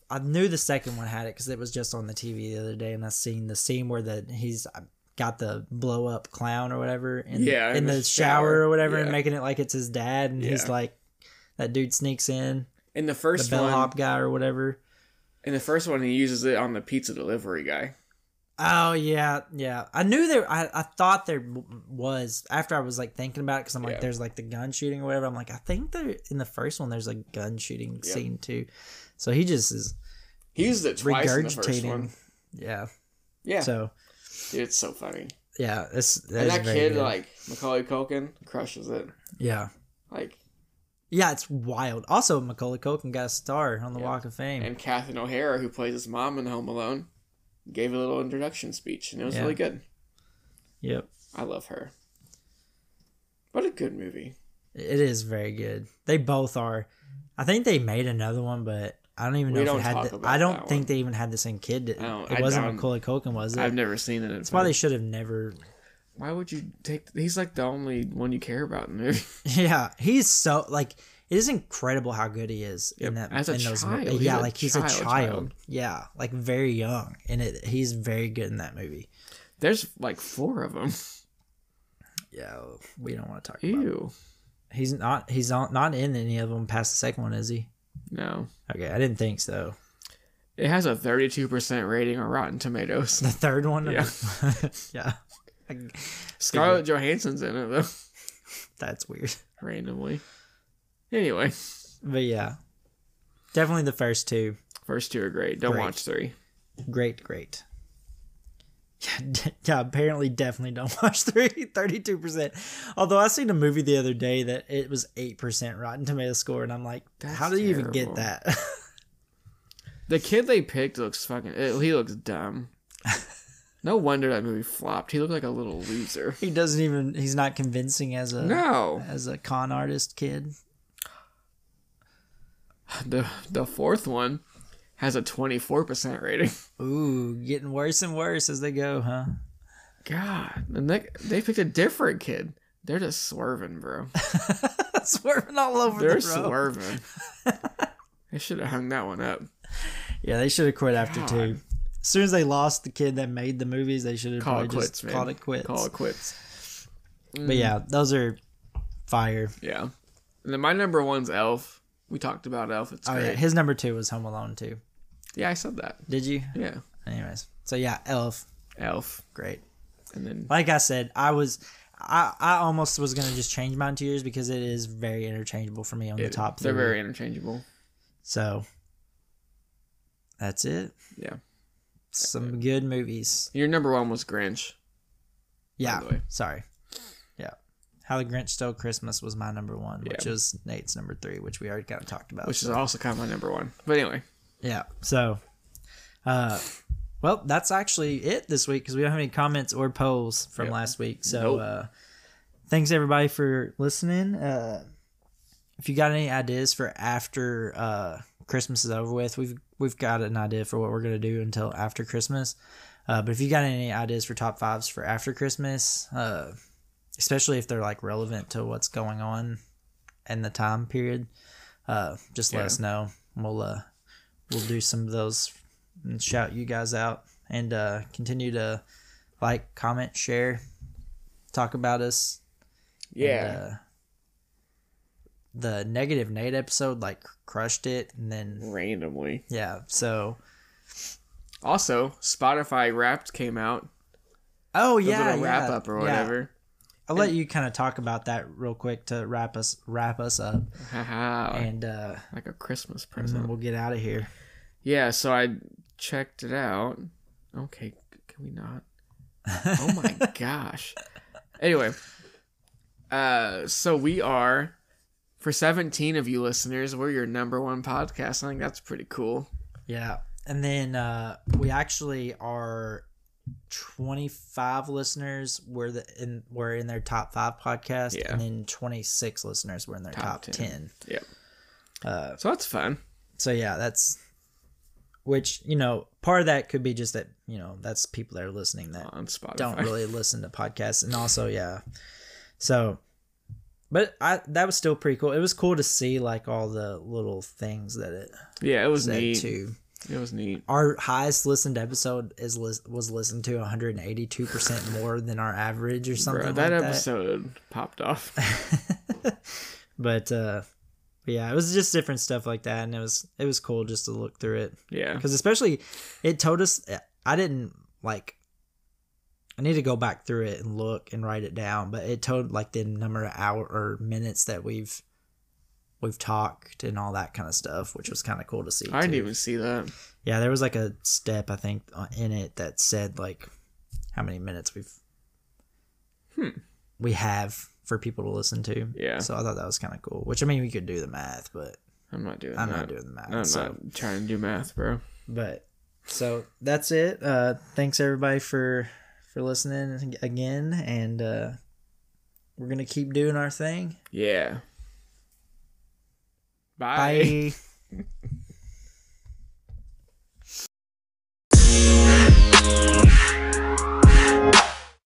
Speaker 1: i knew the second one had it because it was just on the tv the other day and i seen the scene where the he's uh, got the blow up clown or whatever in,
Speaker 2: Yeah,
Speaker 1: in, the, shower, or whatever and
Speaker 2: yeah.
Speaker 1: making it like it's his dad and he's
Speaker 2: Yeah.
Speaker 1: like that dude sneaks in
Speaker 2: In the
Speaker 1: the
Speaker 2: first one,
Speaker 1: bellhop guy or whatever
Speaker 2: in the first one, he uses it on the pizza delivery guy.
Speaker 1: oh yeah yeah i knew there i, I thought there w- was after i was like thinking about it because i'm like
Speaker 2: Yeah.
Speaker 1: there's like the gun shooting or whatever i'm like i think there in the first one there's a gun shooting
Speaker 2: Yeah.
Speaker 1: scene too so he just is
Speaker 2: He used it twice in the first one.
Speaker 1: regurgitating. Yeah.
Speaker 2: Yeah,
Speaker 1: So
Speaker 2: dude, it's so funny.
Speaker 1: yeah, it's
Speaker 2: and
Speaker 1: is
Speaker 2: that
Speaker 1: very
Speaker 2: kid,
Speaker 1: good.
Speaker 2: like Macaulay Culkin, crushes it.
Speaker 1: yeah,
Speaker 2: Like,
Speaker 1: yeah, it's wild. Also, Macaulay Culkin got a star on the
Speaker 2: Yeah.
Speaker 1: Walk of Fame.
Speaker 2: and Catherine O'Hara, who plays his mom in Home Alone, gave a little introduction speech, and it was
Speaker 1: Yeah.
Speaker 2: really good.
Speaker 1: yep,
Speaker 2: I love her. What a good movie.
Speaker 1: it is very good. They both are. I think they made another one, but I don't even know
Speaker 2: We
Speaker 1: if
Speaker 2: don't
Speaker 1: it had.
Speaker 2: talk
Speaker 1: The,
Speaker 2: about
Speaker 1: I don't
Speaker 2: that
Speaker 1: think
Speaker 2: one.
Speaker 1: they even had the same kid. It,
Speaker 2: don't-
Speaker 1: it
Speaker 2: I
Speaker 1: wasn't
Speaker 2: don't-
Speaker 1: Macaulay Culkin, was it?
Speaker 2: I've never seen it.
Speaker 1: That's why they should have never.
Speaker 2: Why would you take? He's like the only one you care about in the movie.
Speaker 1: Yeah, he's so like it is incredible how good he is in
Speaker 2: Yep.
Speaker 1: that
Speaker 2: As a
Speaker 1: in those mo-
Speaker 2: child, he's
Speaker 1: Yeah,
Speaker 2: a
Speaker 1: like he's a
Speaker 2: child,
Speaker 1: child.
Speaker 2: child.
Speaker 1: Yeah, like very young, and it, he's very good in that movie.
Speaker 2: There's like four of them.
Speaker 1: Yeah, we don't want to talk about.
Speaker 2: Ew.
Speaker 1: He's not. He's not, not in any of them past the second one, is he?
Speaker 2: No.
Speaker 1: Okay, I didn't think so.
Speaker 2: It has a 32% rating on Rotten Tomatoes.
Speaker 1: The third one.
Speaker 2: Yeah.
Speaker 1: yeah.
Speaker 2: Scarlett
Speaker 1: Mm-hmm.
Speaker 2: Johansson's in it though,
Speaker 1: That's weird.
Speaker 2: randomly. Anyway,
Speaker 1: But yeah, definitely the first two.
Speaker 2: first two are great. Don't
Speaker 1: Great.
Speaker 2: watch three.
Speaker 1: Great, great. Yeah, de- yeah, apparently definitely don't watch 3 32%. Although I seen a movie the other day that it was 8% Rotten Tomato score and I'm like,
Speaker 2: That's
Speaker 1: how do you even get
Speaker 2: terrible.
Speaker 1: that?
Speaker 2: The kid they picked looks fucking. eh, He looks dumb. no wonder that movie flopped. He looked like a little loser.
Speaker 1: he doesn't even he's not convincing as a
Speaker 2: No,
Speaker 1: as a con artist kid.
Speaker 2: the the fourth one has a 24% rating.
Speaker 1: Ooh, getting worse and worse as they go, huh?
Speaker 2: God, and they they picked a different kid. They're just swerving, bro.
Speaker 1: swerving all over
Speaker 2: They're
Speaker 1: the road.
Speaker 2: swerving. they should have hung that one up.
Speaker 1: yeah, they should have quit after
Speaker 2: God.
Speaker 1: two. As soon as they lost the kid that made the movies, they should have
Speaker 2: Call
Speaker 1: probably
Speaker 2: it quits,
Speaker 1: just
Speaker 2: man.
Speaker 1: called it quits.
Speaker 2: Call it quits.
Speaker 1: But yeah, those are fire.
Speaker 2: Yeah. And then my number one's Elf. We talked about Elf. It's
Speaker 1: Oh
Speaker 2: great.
Speaker 1: yeah,
Speaker 2: Yeah.
Speaker 1: his number two was Home Alone too.
Speaker 2: I said that.
Speaker 1: Did you?
Speaker 2: Yeah.
Speaker 1: Anyways, so yeah, Elf,
Speaker 2: Elf.
Speaker 1: great.
Speaker 2: And then
Speaker 1: Like I said, I was, I, I almost was gonna just change mine to yours because it is very interchangeable for me on the top
Speaker 2: they're
Speaker 1: three.
Speaker 2: very interchangeable.
Speaker 1: so That's it.
Speaker 2: Yeah.
Speaker 1: Some good movies.
Speaker 2: Your number one was Grinch.
Speaker 1: Yeah.
Speaker 2: the way.
Speaker 1: Sorry. Yeah. How the Grinch Stole Christmas was my number one, which is Nate's number three, which we already kind of talked about.
Speaker 2: which is also kind of my number one. But anyway,
Speaker 1: yeah. So, uh, well, that's actually it this week because we don't have any comments or polls from
Speaker 2: Yep.
Speaker 1: last week. So,
Speaker 2: Nope.
Speaker 1: uh, thanks everybody for listening. Uh, if you got any ideas for after uh, Christmas is over with, we've we've got an idea for what we're gonna do until after Christmas. Uh, but if you got any ideas for top fives for after Christmas, uh, especially if they're like relevant to what's going on in the time period, uh, just let
Speaker 2: Yeah.
Speaker 1: us know. We'll uh, we'll do some of those and shout you guys out and uh, continue to like, comment, share, talk about us. And,
Speaker 2: yeah,
Speaker 1: uh, the negative Nate episode like crushed it, and then
Speaker 2: randomly.
Speaker 1: yeah, so
Speaker 2: Also, Spotify Wrapped came out.
Speaker 1: oh
Speaker 2: A
Speaker 1: yeah,
Speaker 2: little wrap
Speaker 1: yeah,
Speaker 2: up or
Speaker 1: yeah.
Speaker 2: whatever.
Speaker 1: I'll let you kind of talk about that real quick to wrap us wrap us up,
Speaker 2: Haha,
Speaker 1: and uh,
Speaker 2: like a Christmas
Speaker 1: and
Speaker 2: present.
Speaker 1: then we'll get out of here.
Speaker 2: Yeah, so I checked it out. Okay, c- can we not? Oh my gosh. Anyway, uh, so we are for 17 of you listeners, we're your number one podcast. I think that's pretty cool.
Speaker 1: Yeah. And then uh, we actually are 25 listeners were the in were in their top 5 podcast
Speaker 2: Yeah.
Speaker 1: and then 26 listeners were in their top,
Speaker 2: Top 10.
Speaker 1: 10.
Speaker 2: Yep.
Speaker 1: Uh,
Speaker 2: So that's fun.
Speaker 1: so yeah, that's which, you know, part of that could be just that, you know, that's people that are listening that
Speaker 2: on Spotify.
Speaker 1: don't really listen to podcasts and also yeah so but i that was still pretty cool it was cool to see like all the little things that it
Speaker 2: Yeah, it was
Speaker 1: said
Speaker 2: neat.
Speaker 1: too
Speaker 2: It was neat.
Speaker 1: our highest listened episode is lis- was listened to 182 percent more than our average or something
Speaker 2: Bro, that
Speaker 1: like
Speaker 2: episode popped off.
Speaker 1: that. but uh, but yeah, it was just different stuff like that, and it was it was cool just to look through it
Speaker 2: Yeah.
Speaker 1: because especially it told us I didn't like. I need to go back through it and look and write it down, but it told like the number of hour or minutes that we've we've talked and all that kind of stuff, which was kind of cool to see.
Speaker 2: I didn't
Speaker 1: too.
Speaker 2: even see that.
Speaker 1: Yeah, there was like a step I think uh, in it that said like how many minutes we've
Speaker 2: Hmm.
Speaker 1: we have for people to listen to.
Speaker 2: Yeah.
Speaker 1: So I thought that was kind of cool. Which I mean, we could do the math, but
Speaker 2: I'm not doing
Speaker 1: I'm
Speaker 2: that.
Speaker 1: not doing the math.
Speaker 2: I'm
Speaker 1: so,
Speaker 2: not trying to do math, bro.
Speaker 1: but so that's it. Uh, thanks everybody for for listening again, and uh, we're gonna keep doing our thing.
Speaker 2: Yeah. Bye.
Speaker 1: Bye.